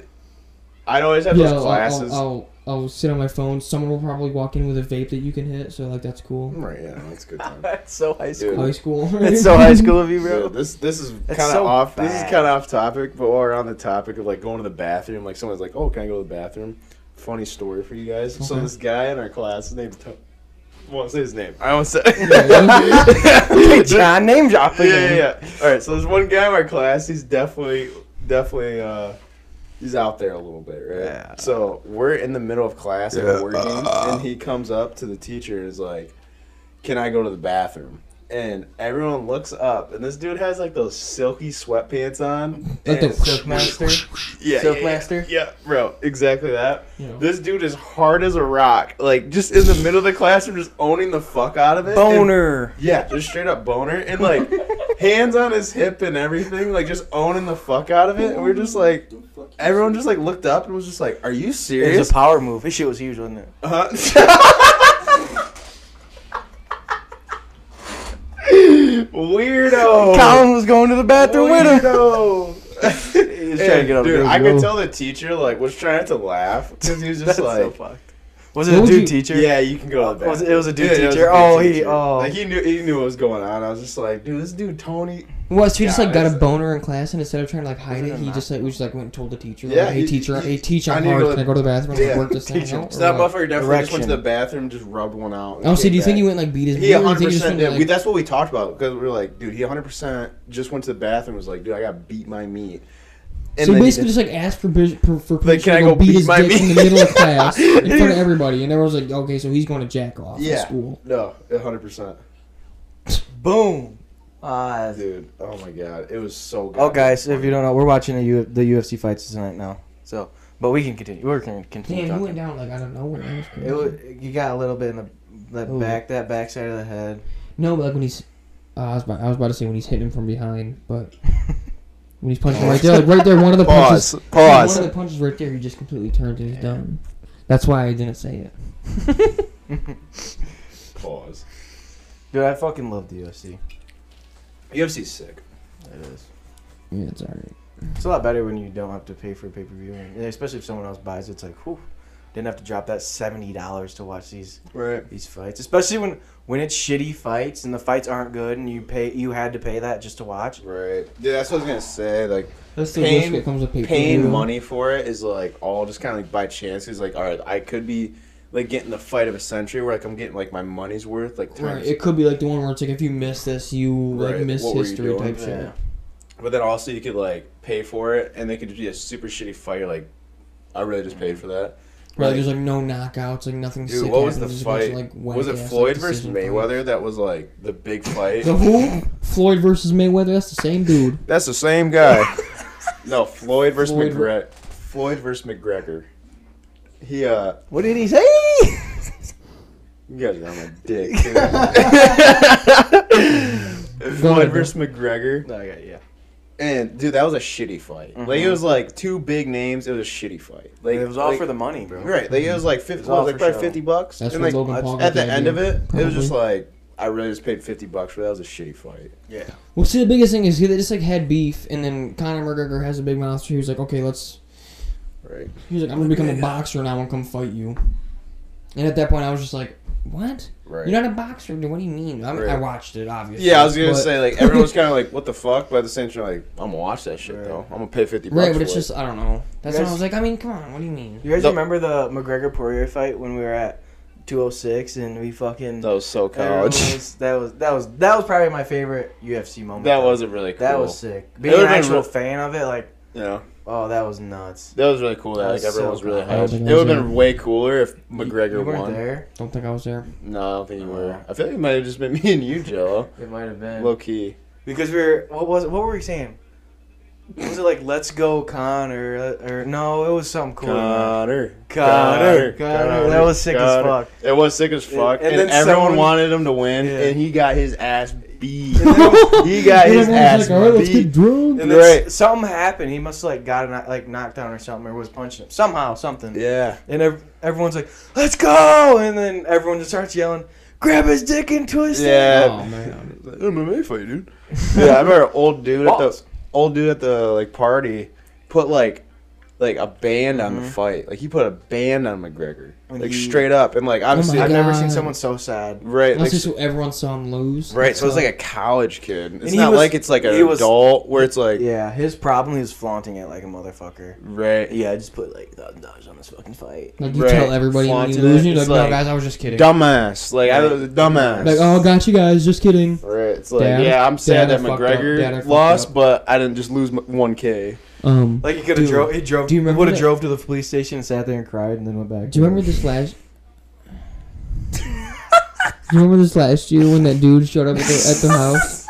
I'd always have Yeah, those I'll- classes. I'll, I'll, I'll sit on my phone. Someone will probably walk in with a vape that you can hit, so like that's cool. right, yeah, that's a good time. That's so high school. High school. That's so high school of you, Bro, bro. this this is kind That's of so off. This is bad. kind of off topic, but while we're on the topic of like going to the bathroom, like someone's like, "Oh, can I go to the bathroom?" Funny story for you guys. So Okay. this guy in our class, his name's. To- I won't say his name. I won't say. hey, John, name drop yeah, yeah, again. yeah. All right, so there's one guy in our class. He's definitely, definitely, uh, he's out there a little bit, right? Yeah. So we're in the middle of class, like Yeah. working, and he comes up to the teacher and is like, "Can I go to the bathroom?" And everyone looks up, and this dude has like those silky sweatpants on. Like and- the- Silkmaster. yeah, yeah, Silkmaster? Yeah, yeah, bro, exactly that. Yeah. This dude is hard as a rock, like just in the middle of the classroom, just owning the fuck out of it. and- Boner. yeah, just straight up boner and like hands on his hip and everything, like just owning the fuck out of it. And we're just like, everyone just like looked up and was just like, "Are you It was serious?" a power move. His shit was huge, wasn't it? Uh-huh. Weirdo. Colin was going to the bathroom with him. Weirdo. was trying to get out of dude, there. I Whoa. could tell the teacher like was trying to laugh because he was just That's so like, fucked. Was it What a would dude you- teacher? Yeah, you can go to the Was- bathroom. it was a dude Yeah, it was teacher? a Oh, he- oh. Like he knew he knew what was going on. I was just like, dude, this dude Tony. What? So he just Yeah, like got a that's- boner in class, and instead of trying to like hide Wasn't it, it he not- just like we just like went and told the teacher, Yeah, like, "Hey he- teacher, he- hey teacher, I I'm need to hard. go- Can I go to the bathroom and Yeah. work this thing Teacher. out?" So or that what? motherfucker definitely just went Erection. to the bathroom and just rubbed one out. and Oh, see, came do you think back. he went and, like beat his? He wiener, or do 100 you think percent he did. just we, went, like- that's what we talked about because we were like, dude, he 100 percent just went to the bathroom. and Was like, dude, I got beat my meat. And so then he he basically did- just like asked for bis- for, for permission Like, can I to go beat beat his my dick in the meat? middle of class in front of everybody, and everyone's like, "Okay, so he's going to jack off Yeah. at school." no, 100 percent, Boom. Ah, dude. Oh my god, it was so good. Oh, guys, if you don't know, we're watching the, U- the UFC fights tonight now. So, but we can continue. We're going to continue. Damn, he talking. went down like I don't know where. That was crazy. It wa you got a little bit in the that Ooh. back that back side of the head. No, but like when he's, uh, I was about, I was about to say when he's hitting him from behind, but when he's punching right there, like right there, one of the punches, Pause. Pause. one of the punches right there, he just completely turns and he's done. That's why I didn't say it. Pause. Dude, I fucking love the UFC. UFC's sick. It is. Yeah, it's alright. It's a lot better when you don't have to pay for pay per view, and especially if someone else buys it. It's like, whew, didn't have to drop that seventy dollars to watch these Right. these fights. Especially when when it's shitty fights and the fights aren't good, and you pay you had to pay that just to watch. Right. Dude, that's what I was gonna say. Like. That's the Paying- risk that comes with pay paying money for it is like all just kind of like by chance. He's like, all right, I could be like getting the fight of a century where like I'm getting like my money's worth. Like, Right, times. it could be like the one where it's like if you miss this, you like Right, miss what were you history doing? type shit. but then also you could like pay for it, and they could just be a super shitty fight. You're Like, I really just paid for that. Right, Like, there's like no knockouts, like nothing. dude, sick what was the happens, just a bunch fight? of, was it whack-ass, like, Floyd versus decision fights. Mayweather? That was like the big fight. The who? Floyd versus Mayweather. That's the same dude. That's the same guy. No, Floyd versus Floyd- McGregor. Floyd versus McGregor. He uh, What did he say? you guys are on my dick. dude. Floyd versus McGregor, no, yeah, yeah. and dude, that was a shitty fight. Like Mm-hmm. it was like two big names. It was a shitty fight. Like it was all like- for the money, bro. Right, like it was like fifty. It was what all was it, like for probably show. fifty bucks. That's and what like Logan at- Paul got at the that end idea, of it, it was just probably. like I really just paid fifty bucks for that. That was a shitty fight. Yeah. Well, see, the biggest thing is he they just like had beef, and then Conor McGregor has a big mouth, so he was like, okay, let's. Right. He's like, I'm gonna become a boxer, and I won't come fight you. And at that point, I was just like, what? Right. You're not a boxer, dude. What do you mean? I, mean, I Right. watched it, obviously. yeah, I was gonna but- say like everyone's kind of like, what the fuck? But at the same time, like I'm gonna watch that shit Right. though. I'm gonna pay fifty bucks. Right, but for it's it. just I don't know. That's You when I guys- was like, I mean, come on, what do you mean? You guys The- remember the McGregor Poirier fight when we were at 206 and we fucking that was so That college. was, that was that was that was probably my favorite UFC moment. That wasn't really cool. that was sick. Being an would've been actual real- fan of it, like yeah. oh, that was nuts. That was really cool. That, That like was everyone so was really cool. I don't hyped. It think I would have was been way cooler if McGregor you weren't won. there. Don't think I was there. No, I don't think you were. I feel like it might have just been me and you, Jello. It might have been Low key. because we were. What was what were we saying? Was it like "Let's Go Con" or or no? It was something cool. Connor. Connor. Connor. That was sick as fuck. It was sick as fuck. And- And, and then everyone someone- wanted him to win, Yeah. and he got his ass beat. then- he got his ass beat. drunk. And then s- Right. something happened. He must have like got a, like knocked down or something, or was punching him somehow, something. Yeah. And ev- everyone's like, "Let's go!" And then everyone just starts yelling, "Grab his dick and twist it!" Oh Yeah. man. Like, MMA fight, dude. yeah, I remember an old dude at the old dude at the like party put like like a band on the fight. Like he put a band on McGregor, Mm-hmm. And like he- straight up, and like obviously my I've I've God. never never seen God. someone so sad. right That's like, just what everyone saw him lose. right. So it's like a college kid. It's he not was- like it's like an he was- adult where it's like Yeah, his problem he was flaunting it like a motherfucker. right. Yeah, I just put like thousand dollars on this fucking fight. like you Right. tell everybody when you Flaunting lose, it. you're like, It's no like- guys, I was just kidding. Dumbass, like I Right. was a dumbass. Like, oh, got you guys, just kidding. Right, it's like Dad- yeah, I'm sad Dad, I that fucked up. Dad, I McGregor fucked lost, up. but I didn't just lose one k. Um, Like he could have Dude, drove. He drove. do you remember Would have that- drove to the police station, and sat there and cried, and then went back. do you remember this last? do you remember this last year when that dude showed up at the, at the house?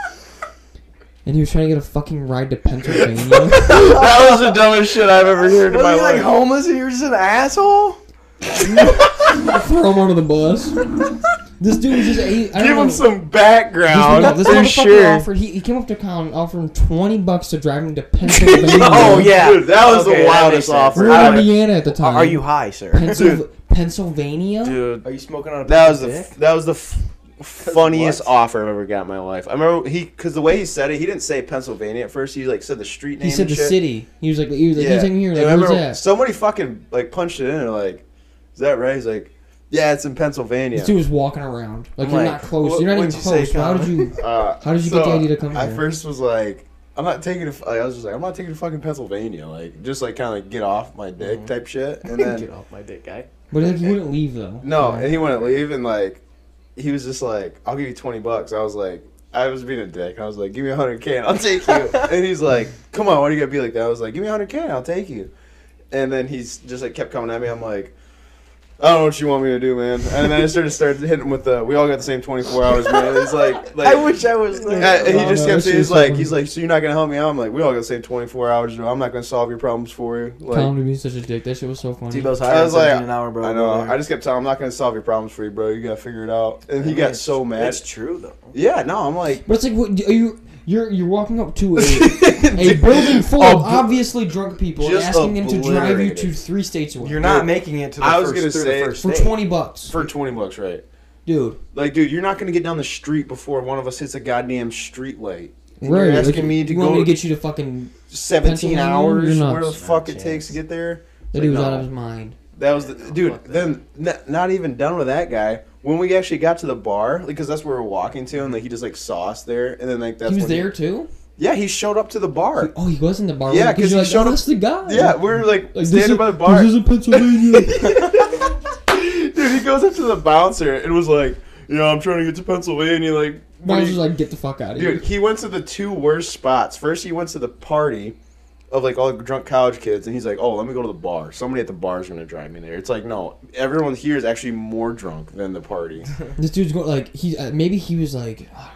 And he was trying to get a fucking ride to Pennsylvania. that was the dumbest shit I've ever heard in Was my he like life. homeless and you're just an asshole? throw him under the bus. This dude was just eight. I don't Give know. him some This, background. no, this do motherfucker shit. offered. He, he came up to Colin and offered him twenty bucks to drive him to Pennsylvania. Oh, yeah. Dude, that was Okay, the that makes wildest sense. we offer. were Right. in I- Indiana at the time. Are you high, sir? Pensyl- Pennsylvania? Dude, Are you smoking on a that was the dick? f- that was the f- funniest What? offer I've ever got in my life. I remember he because the way he said it, he didn't say Pennsylvania at first. He like said the street name. He said and the shit. city. He was like, he was like, he's in here. And Like, I where's remember that? somebody fucking like punched it in. And like, is that right? He's like, yeah, it's in Pennsylvania. This dude was walking around. Like, I'm you're like, not close. "What- you're not even what'd you say, close. How did Colin?" you? Uh, How did you get the idea to come I here? first was like, I'm not taking. A, f- I was just like, I'm not taking to fucking Pennsylvania. Like, just like kind of like get off my dick type shit. And then Get off my dick, guy. But like, you wouldn't leave though. no, and he wouldn't leave. And like, he was just like, I'll give you twenty bucks. I was like. I was being a dick. I was like, "Give me hundred k, and I'll take you." and he's like, "Come on, why do you gotta be like that?" I was like, "Give me hundred k, and I'll take you." And then he's just like kept coming at me. I'm like, "I don't know what you want me to do, man." And then I started started hitting him with the. We all got the same 24 hours, man. It's like, like I wish I was there. yeah, and he Oh, just no, kept she saying, was he's so like, funny. he's like, so you're not gonna help me out? I'm like, we all gonna save 24 hours. Joe. I'm not gonna solve your problems for you. Like, Colin would be such a dick. That shit was so funny. Tebow's higher I was like, an hour, bro. I know. Over there. I just kept telling him, I'm not gonna solve your problems for you, bro. You gotta figure it out. And he I mean, got it's- so mad. It's true though. Yeah, no, I'm like, But it's like, what, are you? You're you're walking up to a, a building full of obviously drunk people and just asking them to drive you to obliterated. three states away. You're not Dude, making it to the I was first, gonna through say- the first for state. twenty bucks, for 20 bucks, right? dude. Like, dude, you're not gonna get down the street before one of us hits a goddamn street light. And Right, You're like, asking me to you want go me to get you to fucking. 17 Pennsylvania? hours, You're where the nuts. Not fuck a it takes to get there. That Like, dude was out no. of his mind. That was the Yeah, fuck dude. that. Then n- not even done with that guy. When we actually got to the bar, because that's where we we're walking to, and like he just like saw us there, and then like that's he was when there too. yeah, he showed up to the bar. Oh, he was in the bar. Yeah, room, 'cause you're he like, showed oh, up- That's the guy. Yeah, we were like, Like, this standing is- by the bar. This isn't Pennsylvania. Dude, he goes up to the bouncer and was like, "You know, I'm trying to get to Pennsylvania." Like, what do Bouncer's you- like, get the fuck out of dude, here. he went to the two worst spots. First, he went to the party of like all the drunk college kids, and he's like, "Oh, let me go to the bar. Somebody at the bar is gonna drive me there." It's like, no, everyone here is actually more drunk than the party. This dude's going like he uh, maybe he was like, I don't know.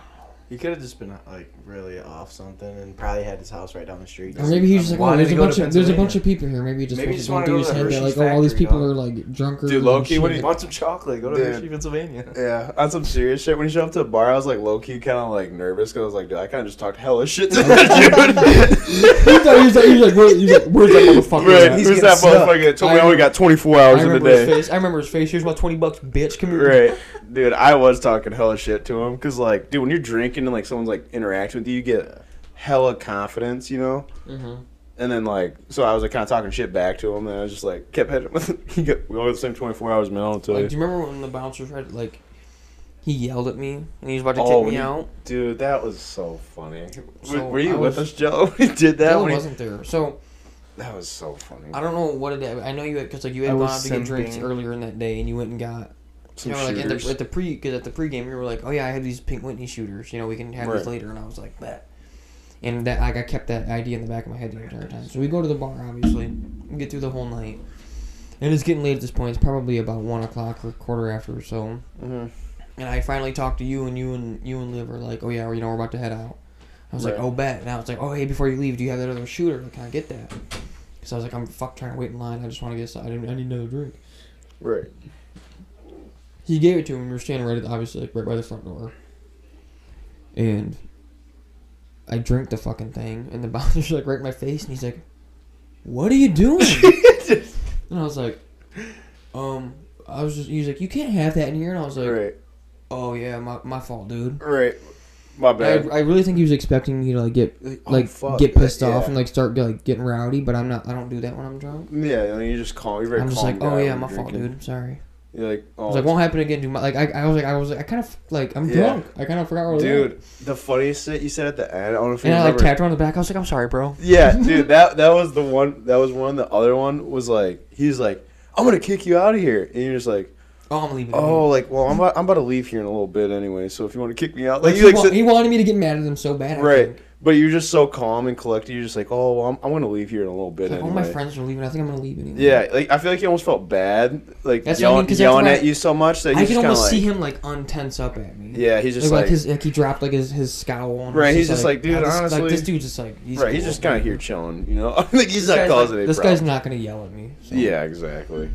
He could have just been like really off something and probably had his house right down the street. Or maybe he's just I'm like, oh, there's wanting a to go bunch to of there's a bunch Pennsylvania. of people here. Maybe he just Maybe maybe he just just wanna went through go his to the head that like, Hershey's oh, all these factory, people dog. are like drunkards. Dude, and low-key, what do shit. you- Want some chocolate? Go to Dude. Hershey, Pennsylvania. Yeah, on some serious shit. When you show up to a bar, I was like low key kind of like nervous because I was like, dude, I kind of just talked hella shit to that he thought he was like, he was like, where, he was like where's that dude. motherfucker? right, at? he's who's getting that snuck. motherfucker that told me I- I only got 24 hours I in a remember day? his face. I remember his face. Here's my twenty bucks, bitch. Come here. Right, dude. I was talking hella shit to him because, like, dude, when you're drinking and like someone's like interacting with you, you get hella confidence, you know. Mhm. And then like, so I was like kind of talking shit back to him, and I was just like kept hitting him. with- he got, we all got the same 24 hours, man. I'll tell Like, do you, you remember when the bouncer tried to, like he yelled at me and he was about to Oh, kick me you- out? dude, that was so funny. So, were you I with was- us, Joe? when he did that. Dylan when he- wasn't there, so that was so funny. I don't know what it. I know you because like you I had gone was out to get drinks simping. earlier in that day and you went and got. Some You know, like at shooters. the, at the pre because at the pregame you were like, oh yeah, I have these Pink Whitney shooters. You know, we can have Right. these later, and I was like that. And that like I kept that idea in the back of my head the entire time. So we go to the bar, obviously, we get through the whole night, and it's getting late at this point. It's probably about one o'clock or quarter after, so. Mhm. and I finally talked to you and you and you and Liv are like, oh yeah, you know we're about to head out. I was Right. like, oh bet. And I was like, oh hey, before you leave, do you have that other shooter? Can I get that? Because I was like, I'm fuck trying to wait in line. I just want to get. some- I didn't. I need another drink. Right. He gave it to him. We were standing right, at, obviously, like right by the front door. And I drink the fucking thing, and the bouncer's like right in my face, and he's like, "What are you doing?" and I was like, um. I was just, he was like, you can't have that in here. And I was like, Right. oh, yeah, my, my fault, dude. Right. My I, bad. I really think he was expecting me to like get Oh, like fuck. get pissed off Yeah. and like start like getting rowdy, but I'm not. I don't do that when I'm drunk. yeah, and you just calm. You're very I'm just calm like, guy oh when yeah, you're my fault, drinking. dude. I'm sorry. You're like, I oh, was like, won't happen again. Do my like. I, I was like, I was like, I kind of like I'm Yeah. drunk. I kind of forgot where we were. Dude, the funniest shit you said at the end. I don't know if you And I like remember. tapped her on the back. I was like, I'm sorry, bro. yeah, dude, that that was the one. That was one. The other one was like, he's like, I'm gonna kick you out of here, and you're just like, Oh, I'm leaving. oh, like, well, I'm about, I'm about to leave here in a little bit anyway. So if you want to kick me out, like, he, you like, wa- said- he wanted me to get mad at him so bad. I right? think. But you're just so calm and collected. You're just like, oh, well, I'm, I'm gonna leave here in a little bit Like, anyway. All my friends are leaving. I think I'm gonna leave anyway. Yeah, like I feel like he almost felt bad, like That's what I yelling, mean, 'cause that's yelling why- at you so much that I he's can just kind of almost like, see him like untense up at me. yeah, he's Like, just like, like, his like he dropped like his his scowl on. Right, he's just like, dude, I just- honestly- like this dude's just like, he's right, he's cool. just kind of here chilling, you know. like he's This not guy's causing not- any This problems. guy's not gonna yell at me. so. Yeah, exactly.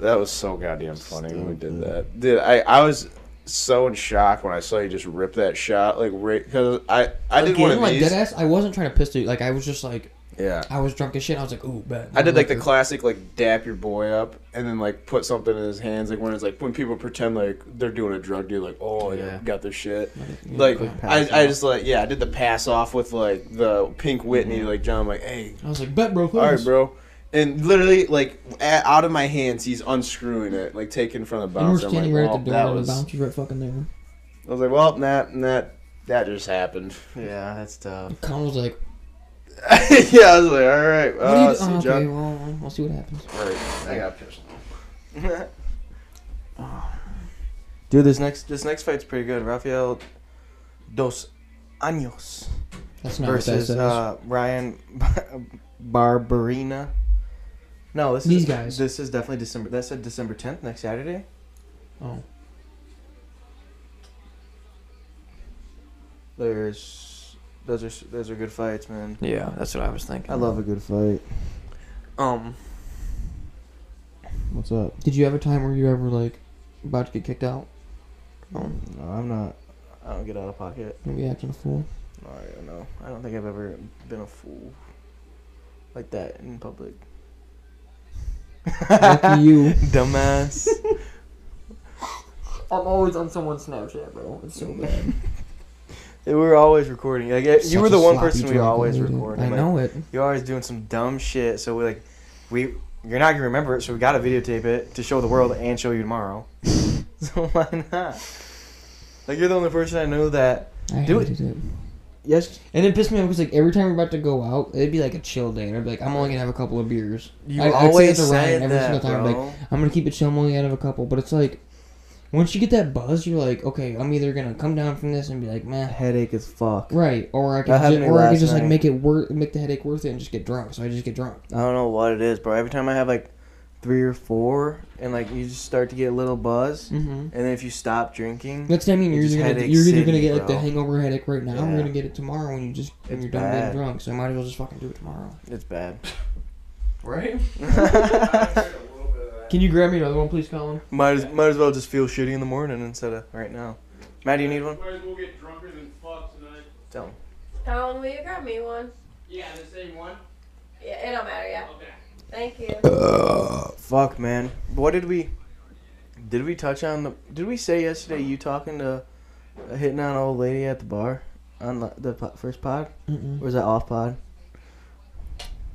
That was so goddamn funny when we did that. Dude, I, I was so in shock when I saw you just rip that shot, like right because I I did Again, one of like these. dead ass. I wasn't trying to piss you. Like I was just like Yeah, I was drunk as shit. I was like, ooh, bet. I did like the Like, classic like dap your boy up and then like put something in his hands, like when it's like when people pretend like they're doing a drug deal, like oh yeah, Yeah. got this shit. you know, Like quick pass I, I off. just like yeah, I did the pass off with like the pink Whitney, Mm-hmm. like John, like hey, I was like, bet, bro. All right, bro. bro. And literally, like a- out of my hands, he's unscrewing it, like taking from the And we were bouncer. I'm standing like, right well, at the door, that and was. the bouncer's right fucking there. I was like, well, that that that just happened. Yeah, that's tough. Connell was like, yeah, I was like, all right, what are well, you Uh, see, doing? Oh, okay, John. well, we'll see what happens. Right, I got pissed. Dude, this next this next fight's pretty good. Rafael Dos Anjos That's not what that versus says. uh, Ryan Barbarina. No, this These is guys. This is definitely December. That said December tenth, next Saturday. oh, There's those are those are good fights, man. yeah, that's what I was thinking. I love a good fight. Um, What's up? did you have a time where you ever like about to get kicked out? Um, No, I'm not. I don't get out of pocket. don't be acting a fool. No, I don't know. I don't think I've ever been a fool like that in public. Lucky you. Dumbass. I'm always on someone's Snapchat, bro. It's so bad. we were always recording. Like you Such were the a one sloppy person we drunk, always dude. recording. I like, know it. You're always doing some dumb shit. So we like, we you're not gonna remember it. So we gotta videotape it to show the world and show you tomorrow. so why not? Like you're the only person I know that. I Do it. hated it. Yes, And it pissed me off because like every time we're about to go out, it'd be like a chill day, and I'd be like, I'm only gonna have a couple of beers. you I- I'd say always it to Ryan said every that, single time, like, bro. I'm gonna keep it chill. I'm only gonna have a couple. But it's like once you get that buzz, you're like, okay, I'm either gonna come down from this and be like, meh, Headache as fuck. right, or I That can, happened ju- to me or I last can just like night. make it worth, make the headache worth it, and just get drunk. So I just get drunk. I don't know what it is, bro. Every time I have like three or four, and like you just start to get a little buzz, Mm-hmm. and then if you stop drinking, That's what I mean. You're It's either gonna, headache you're either gonna city, get like the bro. hangover headache right now, or Yeah. you're gonna get it tomorrow when you just when It's you're done bad. getting drunk. So I might as well just fucking do it tomorrow. it's bad. Right? might Can you grab me another one, please, Colin? as, might as well just feel shitty in the morning instead of right now. Matt, do you need one? Might as well get drunker than fuck tonight. Tell him. Colin, will you grab me one? Yeah, the same one. Yeah, it don't matter, yeah. Okay. Thank you. Uh, Fuck, man. What did we? Did we touch on the? Did we say yesterday you talking to, uh, hitting on an old lady at the bar, on the, the po- first pod, Mm-mm. or was that off pod?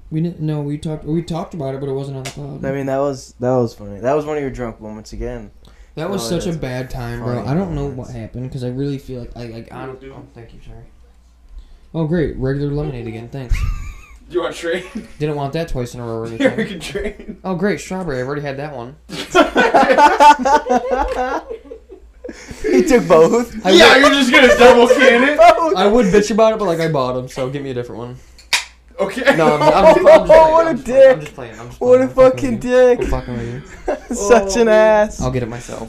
We didn't. No, we talked. We talked about it, but it wasn't on the pod. I mean, that was that was funny. That was one of your drunk moments again. That was No, such a Oh, that's bad time, bro. funny I don't know moments. what happened because I really feel like I like. I don't, Dude. oh, thank you. Sorry. Oh great, regular lemonade again. Thanks. Do you want to trade? Didn't want that twice in a row. or anything. can trade. Oh great, strawberry. I've already had that one. He took both. I yeah, would- you're just gonna double can it. Both. I would bitch about it, but like I bought them, so give me a different one. Okay. No, I'm, I'm, just- I'm just playing. What a dick. I'm just playing, I'm just playing. I'm just playing. What a I'm fucking fucking with you. dick! I'm fucking with you. Such an ass. I'll get it myself.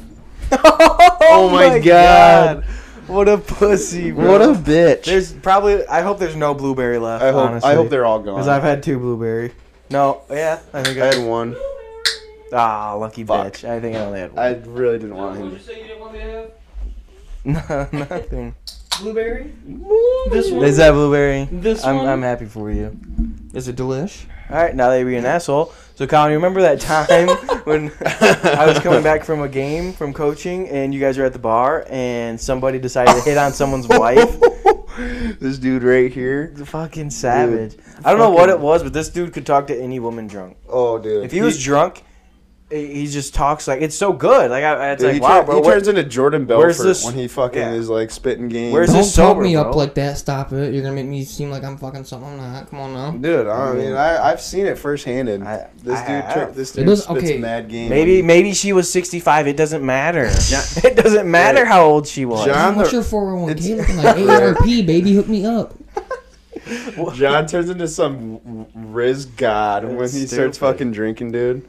Oh, Oh, my God. What a pussy, bro. What a bitch. There's probably. I hope there's no blueberry left. I hope honestly. I hope they're all Because gone. I've had two blueberry. No, yeah, I think I I. had one. Ah, lucky Fuck. bitch. I think I only had one. I really didn't want him. say you didn't want to have? no, nothing. Blueberry. This one. Is that blueberry? This I'm, I'm happy for you. Is it delish? All right, now that you're an asshole. So, Colin, you remember that time when I was coming back from a game from coaching, and you guys were at the bar, and somebody decided to hit on someone's wife? this dude right here. The fucking savage. I don't know what it was, but this dude could talk to any woman drunk. Oh, dude. If he was drunk, he he just talks like it's so good. Like I, it's Dude, like he, wow, turn- bro. he what- turns into Jordan where's Belfort this- when he fucking yeah. is like spitting game. Where's Don't this sober, talk me up bro? like that. Stop it. You're gonna make me seem like I'm fucking something I'm not. Come on now. dude? I mean, I, I've seen it firsthand. And I- this I dude, have. tur- this It dude does- spits okay. mad game. Maybe maybe she was 65. It doesn't matter. it doesn't matter how old she was. John What's the- your 401k it's- looking like? AARP, baby, hook me up. John turns into some w- Riz God when he That's stupid. starts fucking drinking, dude.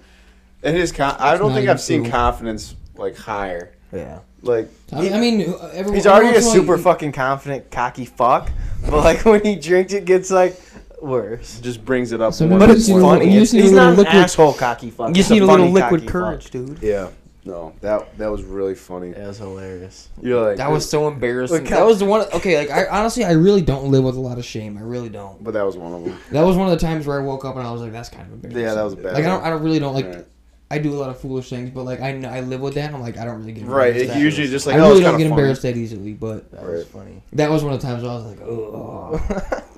And his, con- I not don't think even I've seen cool. confidence like higher. Yeah. Like I mean, I mean everyone, He's already a everyone's like- super fucking confident cocky fuck, but like when he drinks, it gets like worse. just brings it up. So one but It's it's- You need a funny. little- you It's- just need a he's little not an liquid- asshole cocky fuck. You He's just need a little funny liquid cocky courage, fuck. dude. yeah, no, that that was really funny. That was hilarious. You're like That was so embarrassing. Look how- That was the one. Okay, like I honestly, I really don't live with a lot of shame. I really don't. but that was one of them. That was one of the times where I woke up and I was like, "That's kind of embarrassing." Yeah, that was a bad. Like I one. don't, I don't really don't like. Right. I do a lot of foolish things, but like I, kn- I live with that. And I'm like, I don't really get Right, embarrassed it that usually just like I oh, really it's don't kinda get funny. embarrassed that easily, but That was Right. funny. that was one of the times where I was like, oh,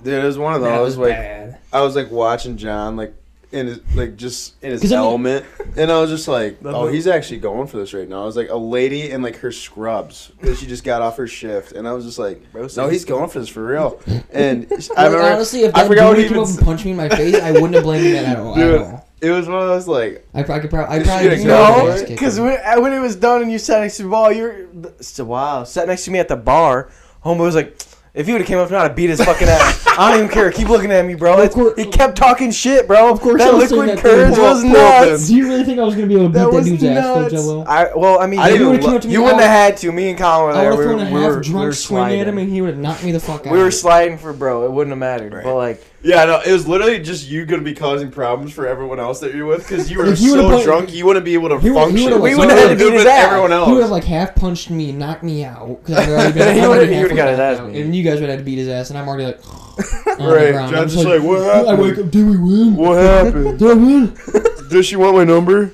Dude, it was one of that was those like bad. I was like watching John like in his like just in 'Cause his I mean- element, and I was just like, That oh, look- he's actually going for this right now. I was like a lady in like her scrubs because she just got off her shift, and I was just like, Bro, no, so- he's going for this for real. And I Like, remember honestly, if I that forgot what dude he came even up and said. punched me in my face, I wouldn't have blamed him at all. Dude. At all. it was one of those like I, pro- I could probably, I You probably should've deserved gone an for No, ass it. kicking. because when, I- when it was done and you sat next to the ball, you're so wow. Sat next to me at the bar. Homeboy was like, "If you would have came up to me, I'd have beat his fucking ass. I don't even care. Keep looking at me, bro. It's, course- he kept talking shit, bro. Of course I that was saying liquid that thing. courage Pull up, was pull up nuts. do you really think I was gonna be able to beat That that, was dude's ass though, nuts. Jello? I well, I mean, I you, didn't would've- even look. you wouldn't have had to. Me and Colin were I there. would have We were, thrown a we were, half we were drunk swing sliding. at him, and he would have knocked me the fuck out. we were sliding for bro. It wouldn't have mattered. But like, yeah no it was literally just you gonna be causing problems for everyone else that you're with because you were If you would've so put- drunk you wouldn't be able to He would- he function. would've, We like, would've had to beat do his with ass. everyone else. He would have like half punched me, and knocked me out. 'cause I'd already He been, would've- already he would've halfway got his knocked ass out. beat. And you guys would have had to beat his ass, and I'm already like on the Right, ground. I'm John's just like, what I wake happened? up. Did we win? What happened? Did I win? Does she want my number?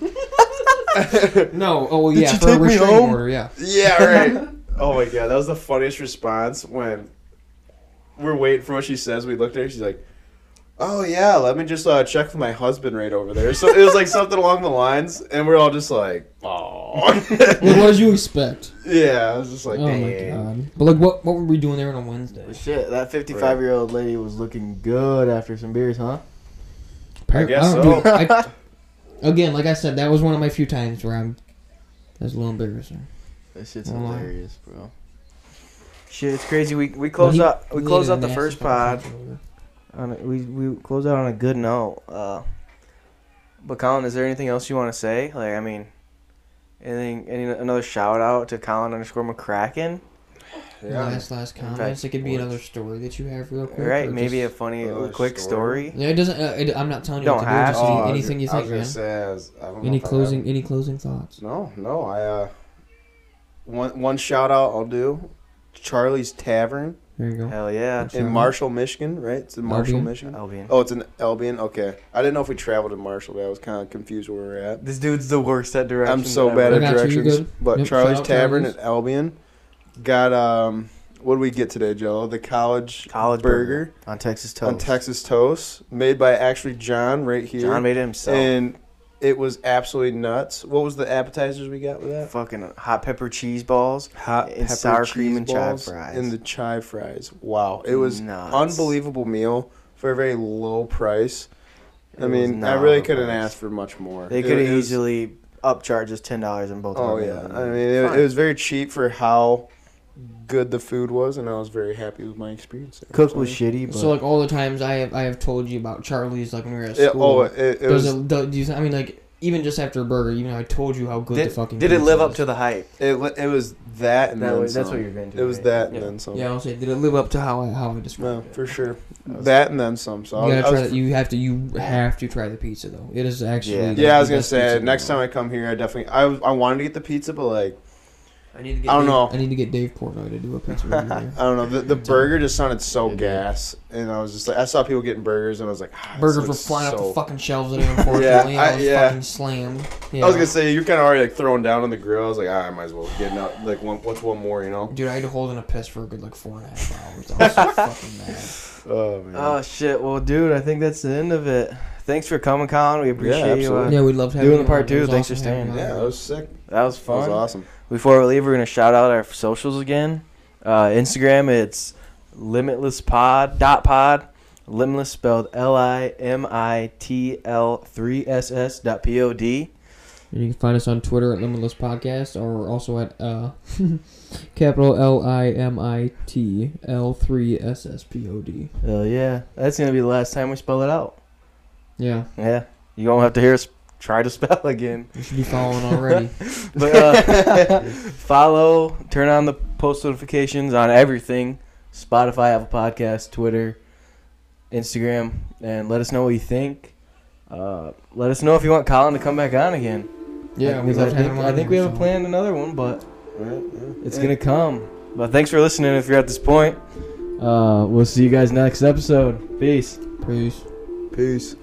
No. Oh well, Did yeah. you for a take me restraining home? order. Yeah. Yeah, right. oh my god, that was the funniest response when we're waiting for what she says. We looked at her. She's like, "Oh yeah, let me just uh, check with my husband right over there." So it was like something along the lines, and we're all just like, "Oh, Like, what did you expect? yeah." I was just like, oh "Dang." my god. But like, what what were we doing there on a Wednesday? shit, that fifty-five-year-old lady was looking good after some beers, huh? I guess don't- dude, I- again, like I said, that was one of my few times where I'm. That's a little embarrassing. That shit's Wow. hilarious, bro. Shit, it's crazy. We we close he- up we He close did a out the nasty first fucking pod. punch over there. On a, we we close out on a good note. Uh, But Colin, is there anything else you want to say? Like, I mean, anything? Any another shout out to Colin underscore McCracken? Yeah. Last last comments. It could be another story that you have real All quick. right, or maybe just- a funny, another quick story. story. Yeah, it doesn't. Uh, it, I'm not telling you Don't what to have to. do. Just Oh, any- I was anything you gonna- think, I man. was gonna say, I was- I don't Any know if I have- closing? Any closing thoughts? No, no. I uh, one one shout out I'll do. Charlie's Tavern There you go. Hell yeah, Sure. in Marshall, Michigan, right? It's in Marshall, Albion. Michigan. Albion. Oh, it's in Albion. Okay, I didn't know if we traveled in Marshall, but I was kind of confused where we were at. This dude's the worst at direction. I'm so bad I at got you, you directions. good? But Yep, Charlie's shout out Tavern Charlie's. at Albion got um. What did we get today, Joe? The college College burger, on Texas toast. on Texas toast, made by actually John right here, John made it himself. and it was absolutely nuts. What was the appetizers we got with that? Fucking hot pepper cheese balls. hot And pepper sour cheese cream and chive balls fries. and the chive fries. Wow, it was Nuts. unbelievable meal for a very low price. I It was mean, I not really low couldn't price. ask for much more. They It- could it have was- easily upcharged us ten dollars in both. Oh of yeah, them. I mean, it, Fine. it was very cheap for how good the food was, and I was very happy with my experience. there. cooked was So- shitty, but So like all the times I have I have told you about Charlie's like when we were at Yeah, school. oh, it, it does was. it, do, do you, I mean like even just after a burger, even though I told you how good the fucking did, did it pizza live up was. to the hype? It, li- it was that, and That then was, that's some. what you're going to. It was right? that, and Yeah. then some. Yeah, I'll say did it live up to how I how I no, described it. for sure. That was- That and then some. So I you was- gotta I try was that. You have to. You have to try the pizza though. It is actually. Yeah. like, Yeah, I the was gonna best say pizza in next time I come here, I definitely I was- I wanted to get the pizza, but like the world. I need to get. I don't Dave, know. I need to get Dave Portnoy to do a pizza I review. there. don't know the, the burger just sounded so Yeah, dude. gas, and I was just like I saw people getting burgers, and I was like ah, this Burgers were looks flying off so- the fucking shelves today, unfortunately. I- and I was yeah. fucking slammed. Yeah. I was gonna say you're kind of already like throwing down on the grill. I was like ah, I might as well get out like one, what's one more, you know? Dude, I had to hold in a piss for a good like four and a half hours. I was so fucking mad. Oh man, Oh shit! Well, dude, I think that's the end of it. Thanks for coming, Colin. We appreciate you. Uh, absolutely. Yeah, we'd love to have Doing you the part on. It two, was thanks awesome for having staying. you on. yeah, that was sick. That was That was fun. awesome. Before we leave, we're gonna shout out our socials again. Uh, Instagram, it's limitlesspod dot pod, limitless spelled L I M I T L three S S dot P O D. And you can find us on Twitter at Limitless Podcast or also at uh, capital L I M I T L three S S P O D. Hell yeah! That's gonna be the last time we spell it out. Yeah, Yeah, you won't have to hear us try to spell again. you should be following already. But uh, follow, turn on the post notifications on everything Spotify, Apple Podcasts, Twitter, Instagram, and let us know what you think. Uh, let us know if you want Colin to come back on again. yeah, Like, we I love think, having I think we have planned another one, but Alright, yeah. it's going to come. But thanks for listening if you're at this point. Uh, we'll see you guys next episode. Peace. Peace. Peace.